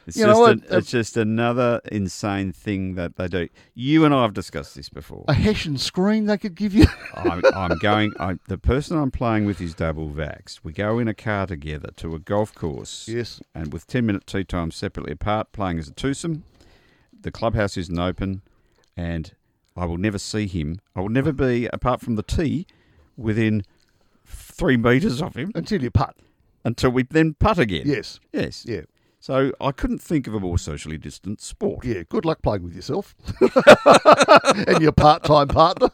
B: It's,
A: you
B: just
A: know,
B: an-
A: a- a-
B: it's just another insane thing that they do. You and I have discussed this before.
A: A Hessian screen they could give you.
B: I'm, I'm going. I, the person I'm playing with is double vax. We go in a car together to a golf course.
A: Yes.
B: And with 10 minute tea time separately apart, playing as a twosome. The clubhouse isn't open, and I will never see him. I will never be, apart from the tee, within three metres of him
A: Until you putt.
B: until we then putt again.
A: Yes.
B: Yes.
A: Yeah.
B: So I couldn't think of a more socially distant sport.
A: Yeah. Good luck playing with yourself and your part time partner.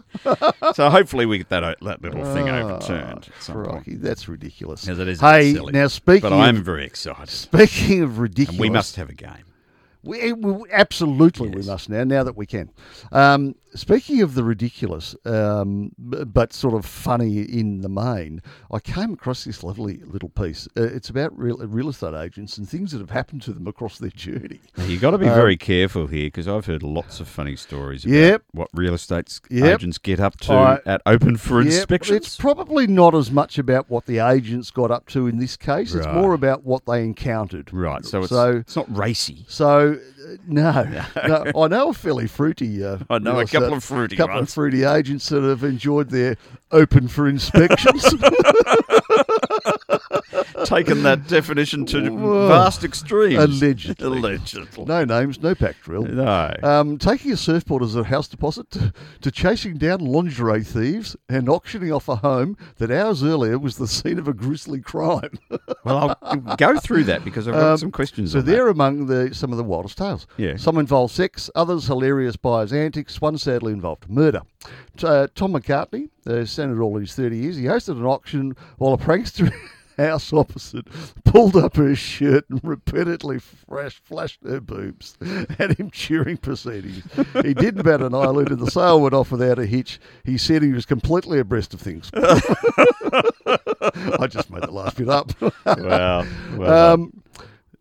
B: so hopefully we get that, o- that little thing overturned at some point.
A: Crikey, that's ridiculous.
B: Now, that is a bit
A: Ah, hey,
B: silly,
A: now speaking
B: But I am
A: of,
B: very excited.
A: speaking of ridiculous,
B: And we must have a game.
A: We, we- absolutely, we
B: Yes.
A: must now. Now that we can. Um, speaking of the ridiculous, um, b- but sort of funny in the main, I came across this lovely little piece. Uh, it's about real, real estate agents and things that have happened to them across their journey.
B: Now, you got to be
A: Um,
B: very careful here because I've heard lots of funny stories about
A: Yep.
B: what real estate
A: Yep.
B: agents get up to
A: I-
B: at open for
A: Yeah,
B: inspection.
A: It's probably not as much about what the agents got up to in this case. It's
B: Right.
A: more about what they encountered.
B: right, so it's,
A: so
B: it's not racy.
A: So, uh, no, no, I know a fairly fruity. Uh,
B: I know
A: real
B: a couple
A: estate-
B: of fruity
A: couple
B: ones.
A: of fruity agents that have enjoyed their open for inspections.
B: Taken that definition to
A: Whoa.
B: vast extremes.
A: Allegedly.
B: Allegedly.
A: no names, no pack drill.
B: No.
A: Um, taking a surfboard as a house deposit to, to chasing down lingerie thieves and auctioning off a home that hours earlier was the scene of a grisly crime.
B: well, I'll go through that because I've got some questions
A: Um, So
B: on that.
A: they're among the some of the wildest tales.
B: Yeah.
A: Some involve sex, others hilarious buyers' antics. One sadly involved murder. T- uh, Tom McCartney, the senator all his thirty years, he hosted an auction while a prankster. House opposite pulled up her shirt and repeatedly flash, flashed her boobs at him during proceedings. He didn't bat an eyelid and the sale went off without a hitch. He said he was completely abreast of things. I just made the last bit up.
B: Well, well done.
A: Um,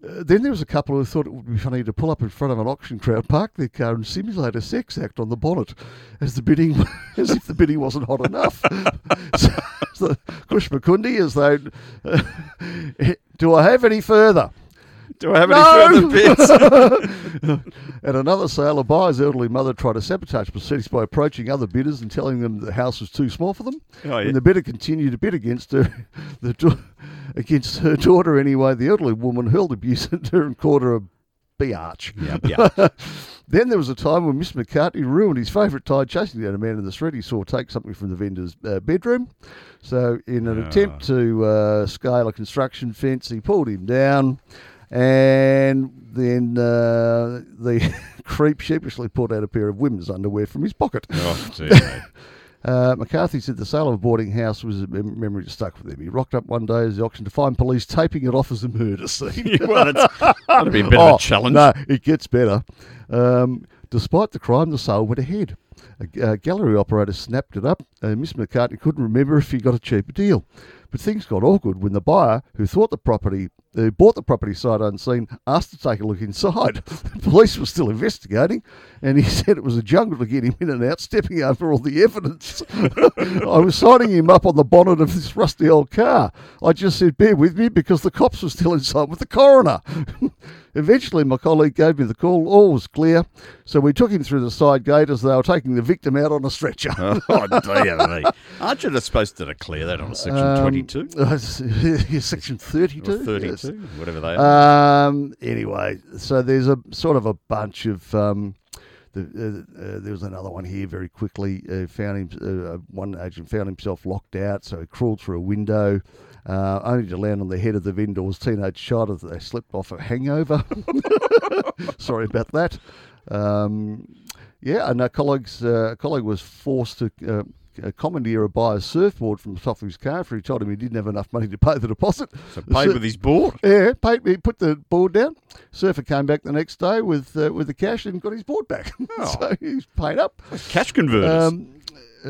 A: uh, then there was a couple who thought it would be funny to pull up in front of an auction crowd, park their car, and simulate a sex act on the bonnet, as the bidding, as if the bidding wasn't hot enough. so, so Kush McCundy, as though, uh, do I have any further?
B: do I have any
A: no!
B: further bits?
A: At another sale, a buyer's elderly mother tried to sabotage proceedings by approaching other bidders and telling them the house was too small for them.
B: Oh, yeah.
A: And the bidder continued to bid against her, the da- against her daughter anyway. The elderly woman hurled abuse at her and called her a biatch.
B: yeah, yeah.
A: Then there was a time when Miss McCartney ruined his favourite tie chasing down a man in the street he saw take something from the vendor's uh, bedroom. So, in an attempt to uh, scale a construction fence, he pulled him down. And then uh, the creep sheepishly pulled out a pair of women's underwear from his pocket.
B: Oh, dear me.
A: Uh, McCarthy said the sale of a boarding house was a mem- memory that stuck with him. He rocked up one day as the auction to find police taping it off as a murder scene.
B: well, that's, that'd be a bit of
A: Oh,
B: a challenge.
A: No, it gets better. Um, despite the crime, the sale went ahead. A, a gallery operator snapped it up, and Miss McCartney couldn't remember if he got a cheaper deal. But things got awkward when the buyer, who thought the property, who bought the property sight unseen, asked to take a look inside. The police were still investigating, and he said it was a jungle to get him in and out, stepping over all the evidence. I was signing him up on the bonnet of this rusty old car. I just said, "Bear with me," because the cops were still inside with the coroner. Eventually, my colleague gave me the call. All was clear. So we took him through the side gate as they were taking the victim out on a stretcher.
B: Oh, dear me. Aren't you supposed to declare that on Section
A: Um,
B: 22
A: Section 32.
B: or
A: yes.
B: 32, whatever they are?
A: Um, anyway, so there's a sort of a bunch of. Um, the, uh, uh, there was another one here very quickly. Uh, found him. Uh, uh, one agent found himself locked out, so he crawled through a window, uh, only to land on the head of the vendor's teenage child as they slipped off a hangover. Sorry about that. Um, yeah, and our colleagues, uh, a colleague was forced to. Uh, uh, commandeer a buyer's surfboard from the top of his car after he told him he didn't have enough money to pay the deposit.
B: so
A: The
B: paid
A: sur-
B: with his board.
A: yeah, paid, he put the board down. Surfer came back the next day with uh, with the cash and got his board back. so he's paid up.
B: Cash converters.
A: Um, uh,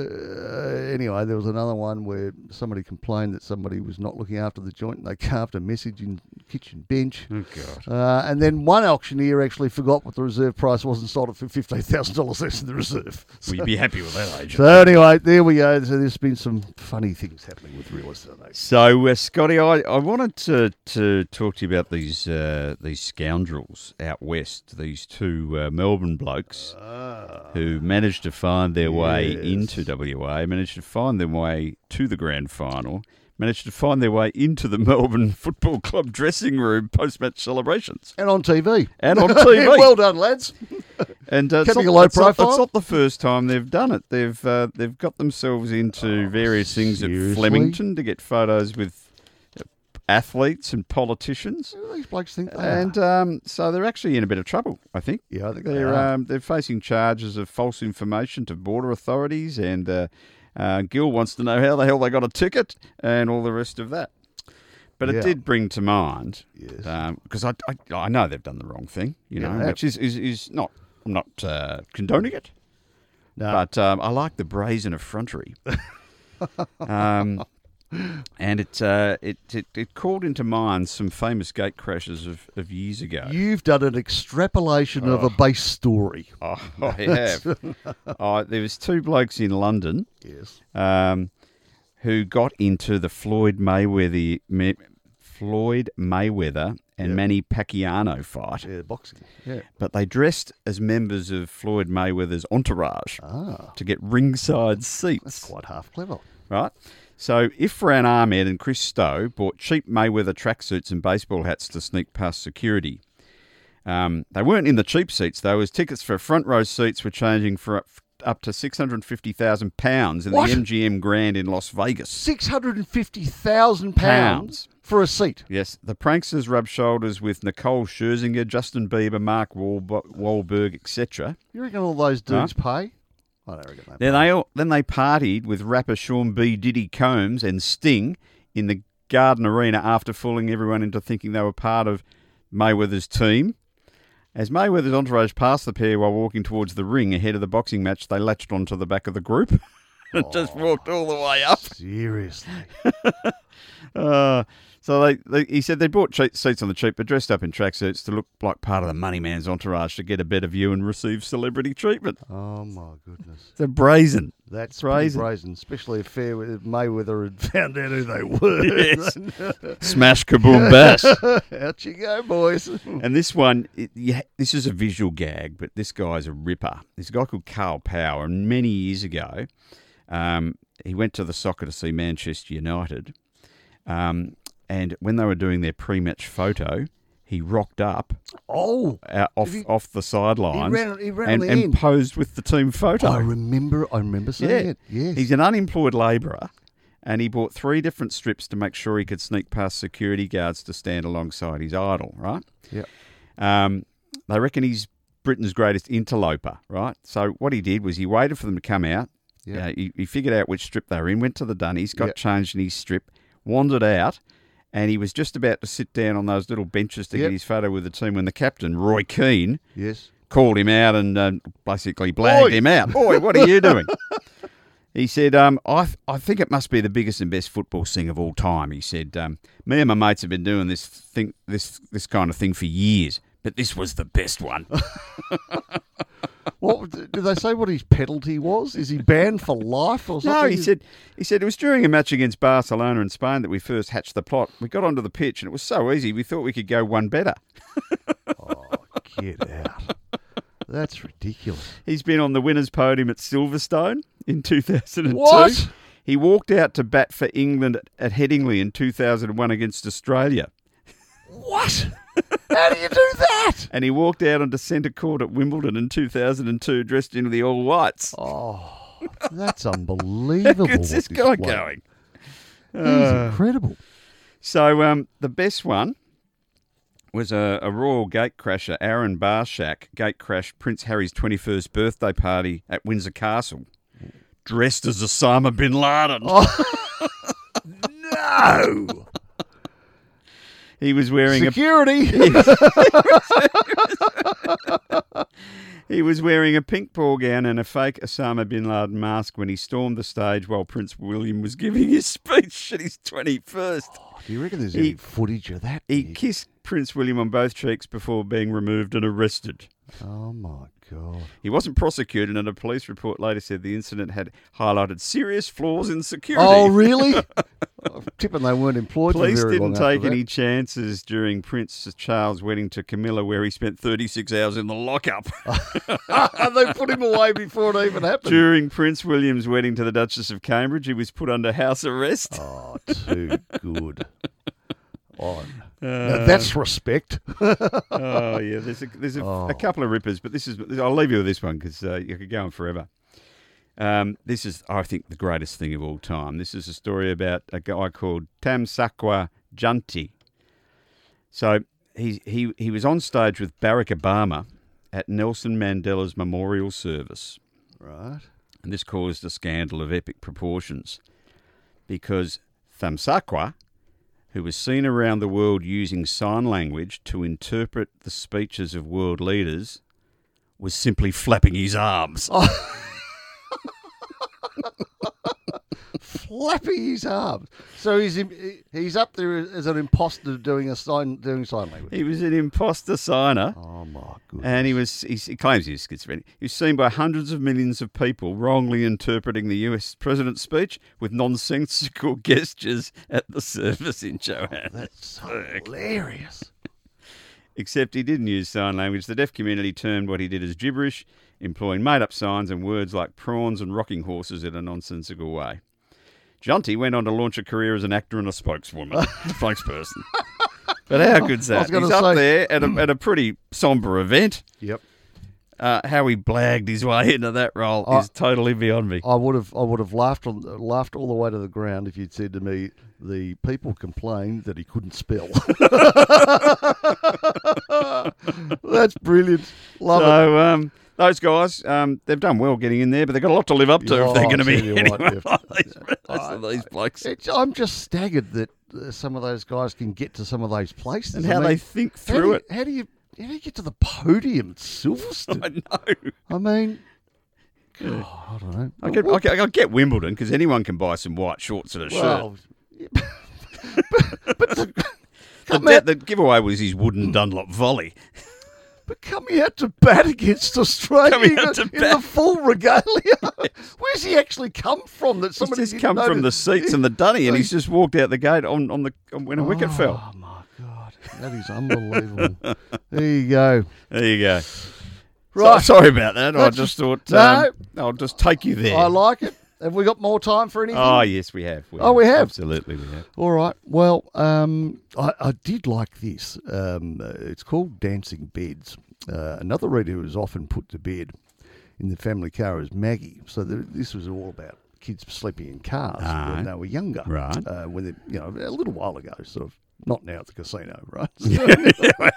A: anyway, there was another one where somebody complained that somebody was not looking after the joint, and they carved a message in kitchen bench.
B: oh, God.
A: Uh, and then one auctioneer actually forgot what the reserve price was and sold it for fifteen thousand dollars less than the reserve. So,
B: We'd be happy with that, agent.
A: so anyway, there we go. So there's been some funny things happening with real estate.
B: So, uh, Scotty, I, I wanted to, to talk to you about these uh, these scoundrels out west, these two uh, Melbourne blokes
A: Ah.
B: who managed to find their way into WA, managed to find their way to the grand final, managed to find their way into the Melbourne Football Club dressing room post match celebrations.
A: And on TV.
B: And on TV.
A: well done, lads.
B: And uh, it's
A: Keeping
B: not-
A: a low
B: it's not-
A: profile?
B: it's not the first time they've done it. They've uh, they've got themselves into various things
A: Oh, seriously?
B: at Flemington to get photos with uh, athletes and politicians,
A: These blokes think they are.
B: and um, so they're actually in a bit of trouble. I think.
A: Yeah, I think they
B: They're
A: are.
B: um, they're facing charges of false information to border authorities, and uh, uh, Gill wants to know how the hell they got a ticket and all the rest of that. But
A: Yeah.
B: it did bring to mind,
A: Yes.
B: because I, I I know they've done the wrong thing, you
A: Yeah,
B: know,
A: they have.
B: which is is, is not I'm not uh, condoning it,
A: No.
B: but um, I like the brazen effrontery. um, and it, uh, it it it called into mind some famous gate crashes of, of years ago.
A: You've done an extrapolation of a base story.
B: Oh, I have. oh, there was two blokes in London
A: Yes.
B: um, who got into the Floyd Mayweather, Ma- Floyd Mayweather and Manny Pacquiao fight,
A: Yeah, boxing. Yeah.
B: but they dressed as members of Floyd Mayweather's entourage
A: Ah,
B: to get ringside seats.
A: quite half clever.
B: Right. So Ifran Ahmed and Chris Stowe bought cheap Mayweather tracksuits and baseball hats to sneak past security. Um, they weren't in the cheap seats though, as tickets for front row seats were changing for up, up to six hundred fifty thousand pounds in
A: What?
B: the MGM Grand in Las Vegas.
A: Six hundred and fifty thousand pounds
B: Pounds.
A: for a seat.
B: Yes, the pranksters rubbed shoulders with Nicole Scherzinger, Justin Bieber, Mark Wahlb- Wahlberg, etc.
A: You reckon all those dudes pay? I don't reckon they.
B: Then they all, then they partied with rapper Sean B. Diddy Combs and Sting in the Garden Arena after fooling everyone into thinking they were part of Mayweather's team. As Mayweather's entourage passed the pair while walking towards the ring ahead of the boxing match, they latched onto the back of the group and just walked all the way up.
A: Seriously.
B: Uh, so they, they, he said they bought cheap seats on the cheap, but dressed up in tracksuits to look like part of the money man's entourage to get a better view and receive celebrity treatment.
A: Oh my goodness.
B: They're brazen.
A: That's brazen.
B: Brazen.
A: brazen, especially if Fair Mayweather had found out who they were.
B: Yes. Smash kaboom bash.
A: Out you go, boys.
B: And this one, it, yeah, this is a visual gag, but this guy's a ripper. This guy called Carl Power, and many years ago, um, he went to the soccer to see Manchester United. Um, and when they were doing their pre-match photo, he rocked up
A: Oh,
B: uh, off
A: he-
B: off the sidelines
A: ran- he ran
B: and,
A: on the
B: and
A: end.
B: posed with the team photo.
A: I remember. I remember seeing
B: Yeah.
A: it. Yes.
B: He's an unemployed labourer and he bought three different strips to make sure he could sneak past security guards to stand alongside his idol, right?
A: Yep.
B: Um, they reckon he's Britain's greatest interloper, right? So what he did was he waited for them to come out.
A: Yep.
B: Uh, he, he figured out which strip they were in, went to the dunnies, got
A: Yep.
B: changed in his strip, wandered out, and he was just about to sit down on those little benches to
A: Yep.
B: get his photo with the team when the captain, Roy Keane,
A: yes.
B: called him out and um, basically blagged
A: Oi.
B: him out. Boy, what are you doing? He said, um, I, th- I think it must be the biggest and best football sing of all time. He said, um, Me and my mates have been doing this thing, this this kind of thing for years, but this was the best one.
A: What did they say? What his penalty was? Is he banned for life or something?
B: no, he said, he said, It was during a match against Barcelona and Spain that we first hatched the plot. We got onto the pitch and it was so easy, we thought we could go one better.
A: Get out. That's ridiculous.
B: He's been on the winners' podium at Silverstone in 2002.
A: What?
B: He walked out to bat for England at Headingley in 2001 against Australia.
A: What? How do you do that?
B: And he walked out onto centre court at Wimbledon in 2002 dressed in the all whites.
A: Oh, That's unbelievable. what
B: Where's Oh. this guy
A: bloke-
B: going?
A: He's incredible.
B: So um, the best one was a, a royal gatecrasher, Aaron Barshak, gatecrashed Prince Harry's 21st birthday party at Windsor Castle, dressed as Osama bin Laden.
A: No
B: He was wearing a
A: security.
B: he was wearing a pink ball gown and a fake Osama bin Laden mask when he stormed the stage while Prince William was giving his speech at his 21st.
A: do you reckon there's
B: He-
A: any footage of that?
B: He
A: Nick?
B: kissed Prince William on both cheeks before being removed and arrested.
A: oh my god!
B: He wasn't prosecuted, and a police report later said the incident had highlighted serious flaws in security.
A: Oh really? I'm tipping they weren't employed. for
B: Police
A: very long
B: didn't
A: after
B: take
A: that.
B: any chances during Prince Charles' wedding to Camilla, where he spent 36 hours in the lockup.
A: and they put him away before it even happened.
B: during Prince William's wedding to the Duchess of Cambridge, he was put under house arrest.
A: Oh, too good. On.
B: Uh,
A: Now that's respect.
B: oh yeah, there's a, there's a, a couple of rippers, but this is I'll leave you with this one because uh, you could go on forever. Um, this is, I think, the greatest thing of all time. This is a story about a guy called Tamsakwa Junti. So he he he was on stage with Barack Obama at Nelson Mandela's memorial service,
A: Right.
B: and this caused a scandal of epic proportions because Thamsakwa, who was seen around the world using sign language to interpret the speeches of world leaders, was simply flapping his arms.
A: Flapping his arms. So he's im- he's up there as an imposter doing a sign doing sign language.
B: He was an imposter signer.
A: Oh my goodness.
B: And he was, he, he claims he was schizophrenic. He was seen by hundreds of millions of people wrongly interpreting the US president's speech with nonsensical gestures at the service in Johannesburg.
A: That's hilarious.
B: Except he didn't use sign language. The deaf community termed what he did as gibberish, employing made up signs and words like prawns and rocking horses in a nonsensical way. Jonty went on to launch a career as an actor and a spokeswoman, spokesperson. But how good's that?
A: gonna
B: He's up
A: say-
B: there at a, at a pretty sombre event.
A: Yep.
B: Uh, how he blagged his way into that role is totally beyond me.
A: I would have I would have laughed on laughed all the way to the ground if you'd said to me the people complained that he couldn't spell. That's brilliant. Love it.
B: So um, those guys, um, they've done well getting in there, but they've got a lot to live up to
A: Oh,
B: if they're
A: I'll
B: going to be
A: tell you what,
B: anywhere
A: if-
B: like these, rest of these blokes.
A: It's, I'm just staggered that uh, some of those guys can get to some of those places
B: and
A: I
B: how
A: mean,
B: they think
A: how do
B: through
A: you-
B: it.
A: How do you how do you get to the podium, at Silverstone?
B: I know.
A: I mean, God, Oh, I don't know.
B: I get, I get, I get Wimbledon because anyone can buy some white shorts and a shirt.
A: well, but, but the,
B: The,
A: come Hmm.
B: de-
A: out-
B: the giveaway was his wooden Dunlop volley.
A: But coming out to bat against Australia
B: Coming
A: in,
B: out to
A: the- in
B: bat.
A: the full regalia. Where's he actually come from? That
B: He's
A: somebody
B: just
A: didn't
B: come from the
A: notice?
B: seats and the dunny, and he's just walked out the gate on, on the on when a wicket fell.
A: Oh my god, that is unbelievable. there you go.
B: There you go.
A: Right.
B: So- sorry about that. I
A: That's-
B: just thought
A: No.
B: um, I'll just take you there.
A: I like it. Have we got more time for anything?
B: oh yes, we have. We
A: Oh, we have.
B: Absolutely, we have.
A: All right. Well, um, I, I did like this. Um, uh, it's called Dancing Beds. Uh, another reader who was often put to bed in the family car is Maggie. So th this was all about kids sleeping in cars
B: Right.
A: when they were younger.
B: Right.
A: Uh, when they, you know, a little while ago, sort of. Not now at the casino, right?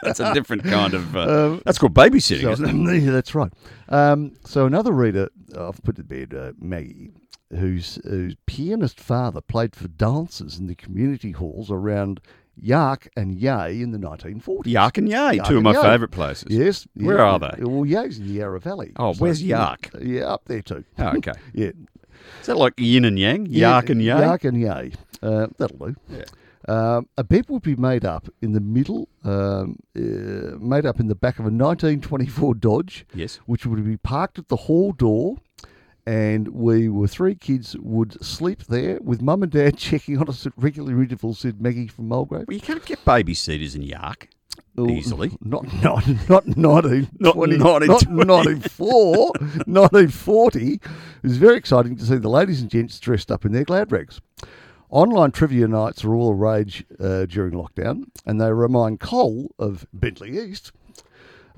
B: that's a different kind of. Uh, that's called babysitting,
A: Um, So-
B: isn't it?
A: yeah, that's right. Um, so another reader I've put to bed, uh, Maggie, whose, whose pianist father played for dancers in the community halls around Yark and Yay in the 1940s.
B: Yark and Yay,
A: Yark
B: two
A: and
B: of my
A: Yay.
B: favourite places.
A: Yes.
B: Where
A: yeah,
B: are they?
A: Well, Yay's in the Yarra Valley.
B: Oh, where's Yark?
A: Yeah, up there too.
B: Oh, okay.
A: Yeah.
B: Is that like yin and yang? Yark and yang?
A: Yark and Yay. Uh, that'll do.
B: Yeah.
A: Um, a bed would be made up in the middle, um, uh, made up in the back of a 1924 Dodge.
B: Yes.
A: Which would be parked at the hall door. And we were three kids would sleep there with mum and dad checking on us at regular intervals, said Maggie from Mulgrave.
B: Well, you can't get babysitters in Yark.
A: Ooh,
B: Easily.
A: Not not not nineteen
B: Not
A: 20
B: nineteen
A: not
B: twenty.
A: 1904, 1940. It was very exciting to see the ladies and gents dressed up in their glad rags. Online trivia nights are all the rage uh, during lockdown, and they remind Cole of Bentley East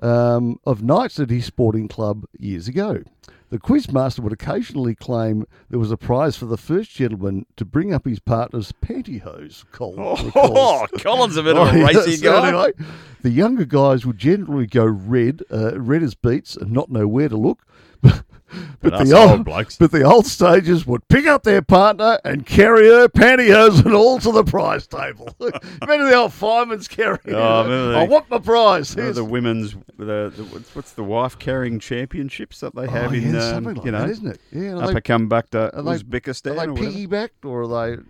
A: um, of nights at his sporting club years ago. The quizmaster would occasionally claim there was a prize for the first gentleman to bring up his partner's pantyhose. Cole, recalls.
B: Colin's a bit
A: Oh, yeah, so anyway, the younger guys would generally go red, uh, red as beets, and not know where to look. but
B: us
A: the
B: old blokes.
A: but the old stagers would pick up their partner and carry her pantyhose and all to the prize table. remember the old fireman's carrying?
B: Oh, I remember
A: I
B: the-
A: want my prize.
B: One of
A: Here's-
B: Uh, the women's, the, the, what's- what's the wife carrying championships that they
A: Oh,
B: have in,
A: yeah,
B: um,
A: something like
B: you know,
A: that, isn't it? Yeah, are
B: Upper
A: they,
B: Kumbukta,
A: are they-
B: Uzbekistan
A: are
B: or
A: they
B: whatever.
A: piggybacked or are they?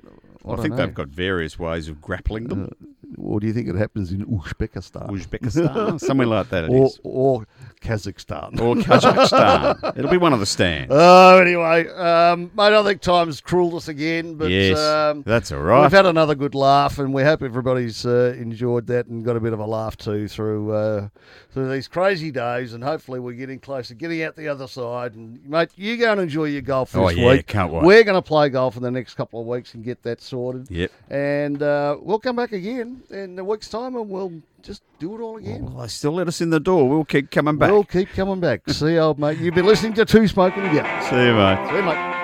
B: I,
A: I,
B: think
A: don't
B: they've got various ways of grappling them.
A: know. Or do you think it happens in Uzbekistan?
B: Uzbekistan, somewhere like that it
A: Uh, or,
B: is.
A: or Kazakhstan.
B: Or Kazakhstan. It'll be one of the stands.
A: Oh, anyway, um, mate, I think time's cruel us again, but
B: yes,
A: um,
B: that's all
A: we've
B: right.
A: had another good laugh, and we hope everybody's uh, enjoyed that and got a bit of a laugh too through uh, through these crazy days. And hopefully, we're getting closer, getting out the other side. And mate, you go and enjoy your golf this
B: Oh, yeah,
A: week.
B: can't wait.
A: We're going to play golf in the next couple of weeks and get that sorted.
B: Yep.
A: And uh, we'll come back again in a week's time, and we'll just do it all again.
B: Oh, Well, they still let us in the door. We'll keep coming back.
A: We'll keep coming back. See, you, old mate, you've been listening to Two Smoking Again.
B: See you, mate.
A: See you, mate.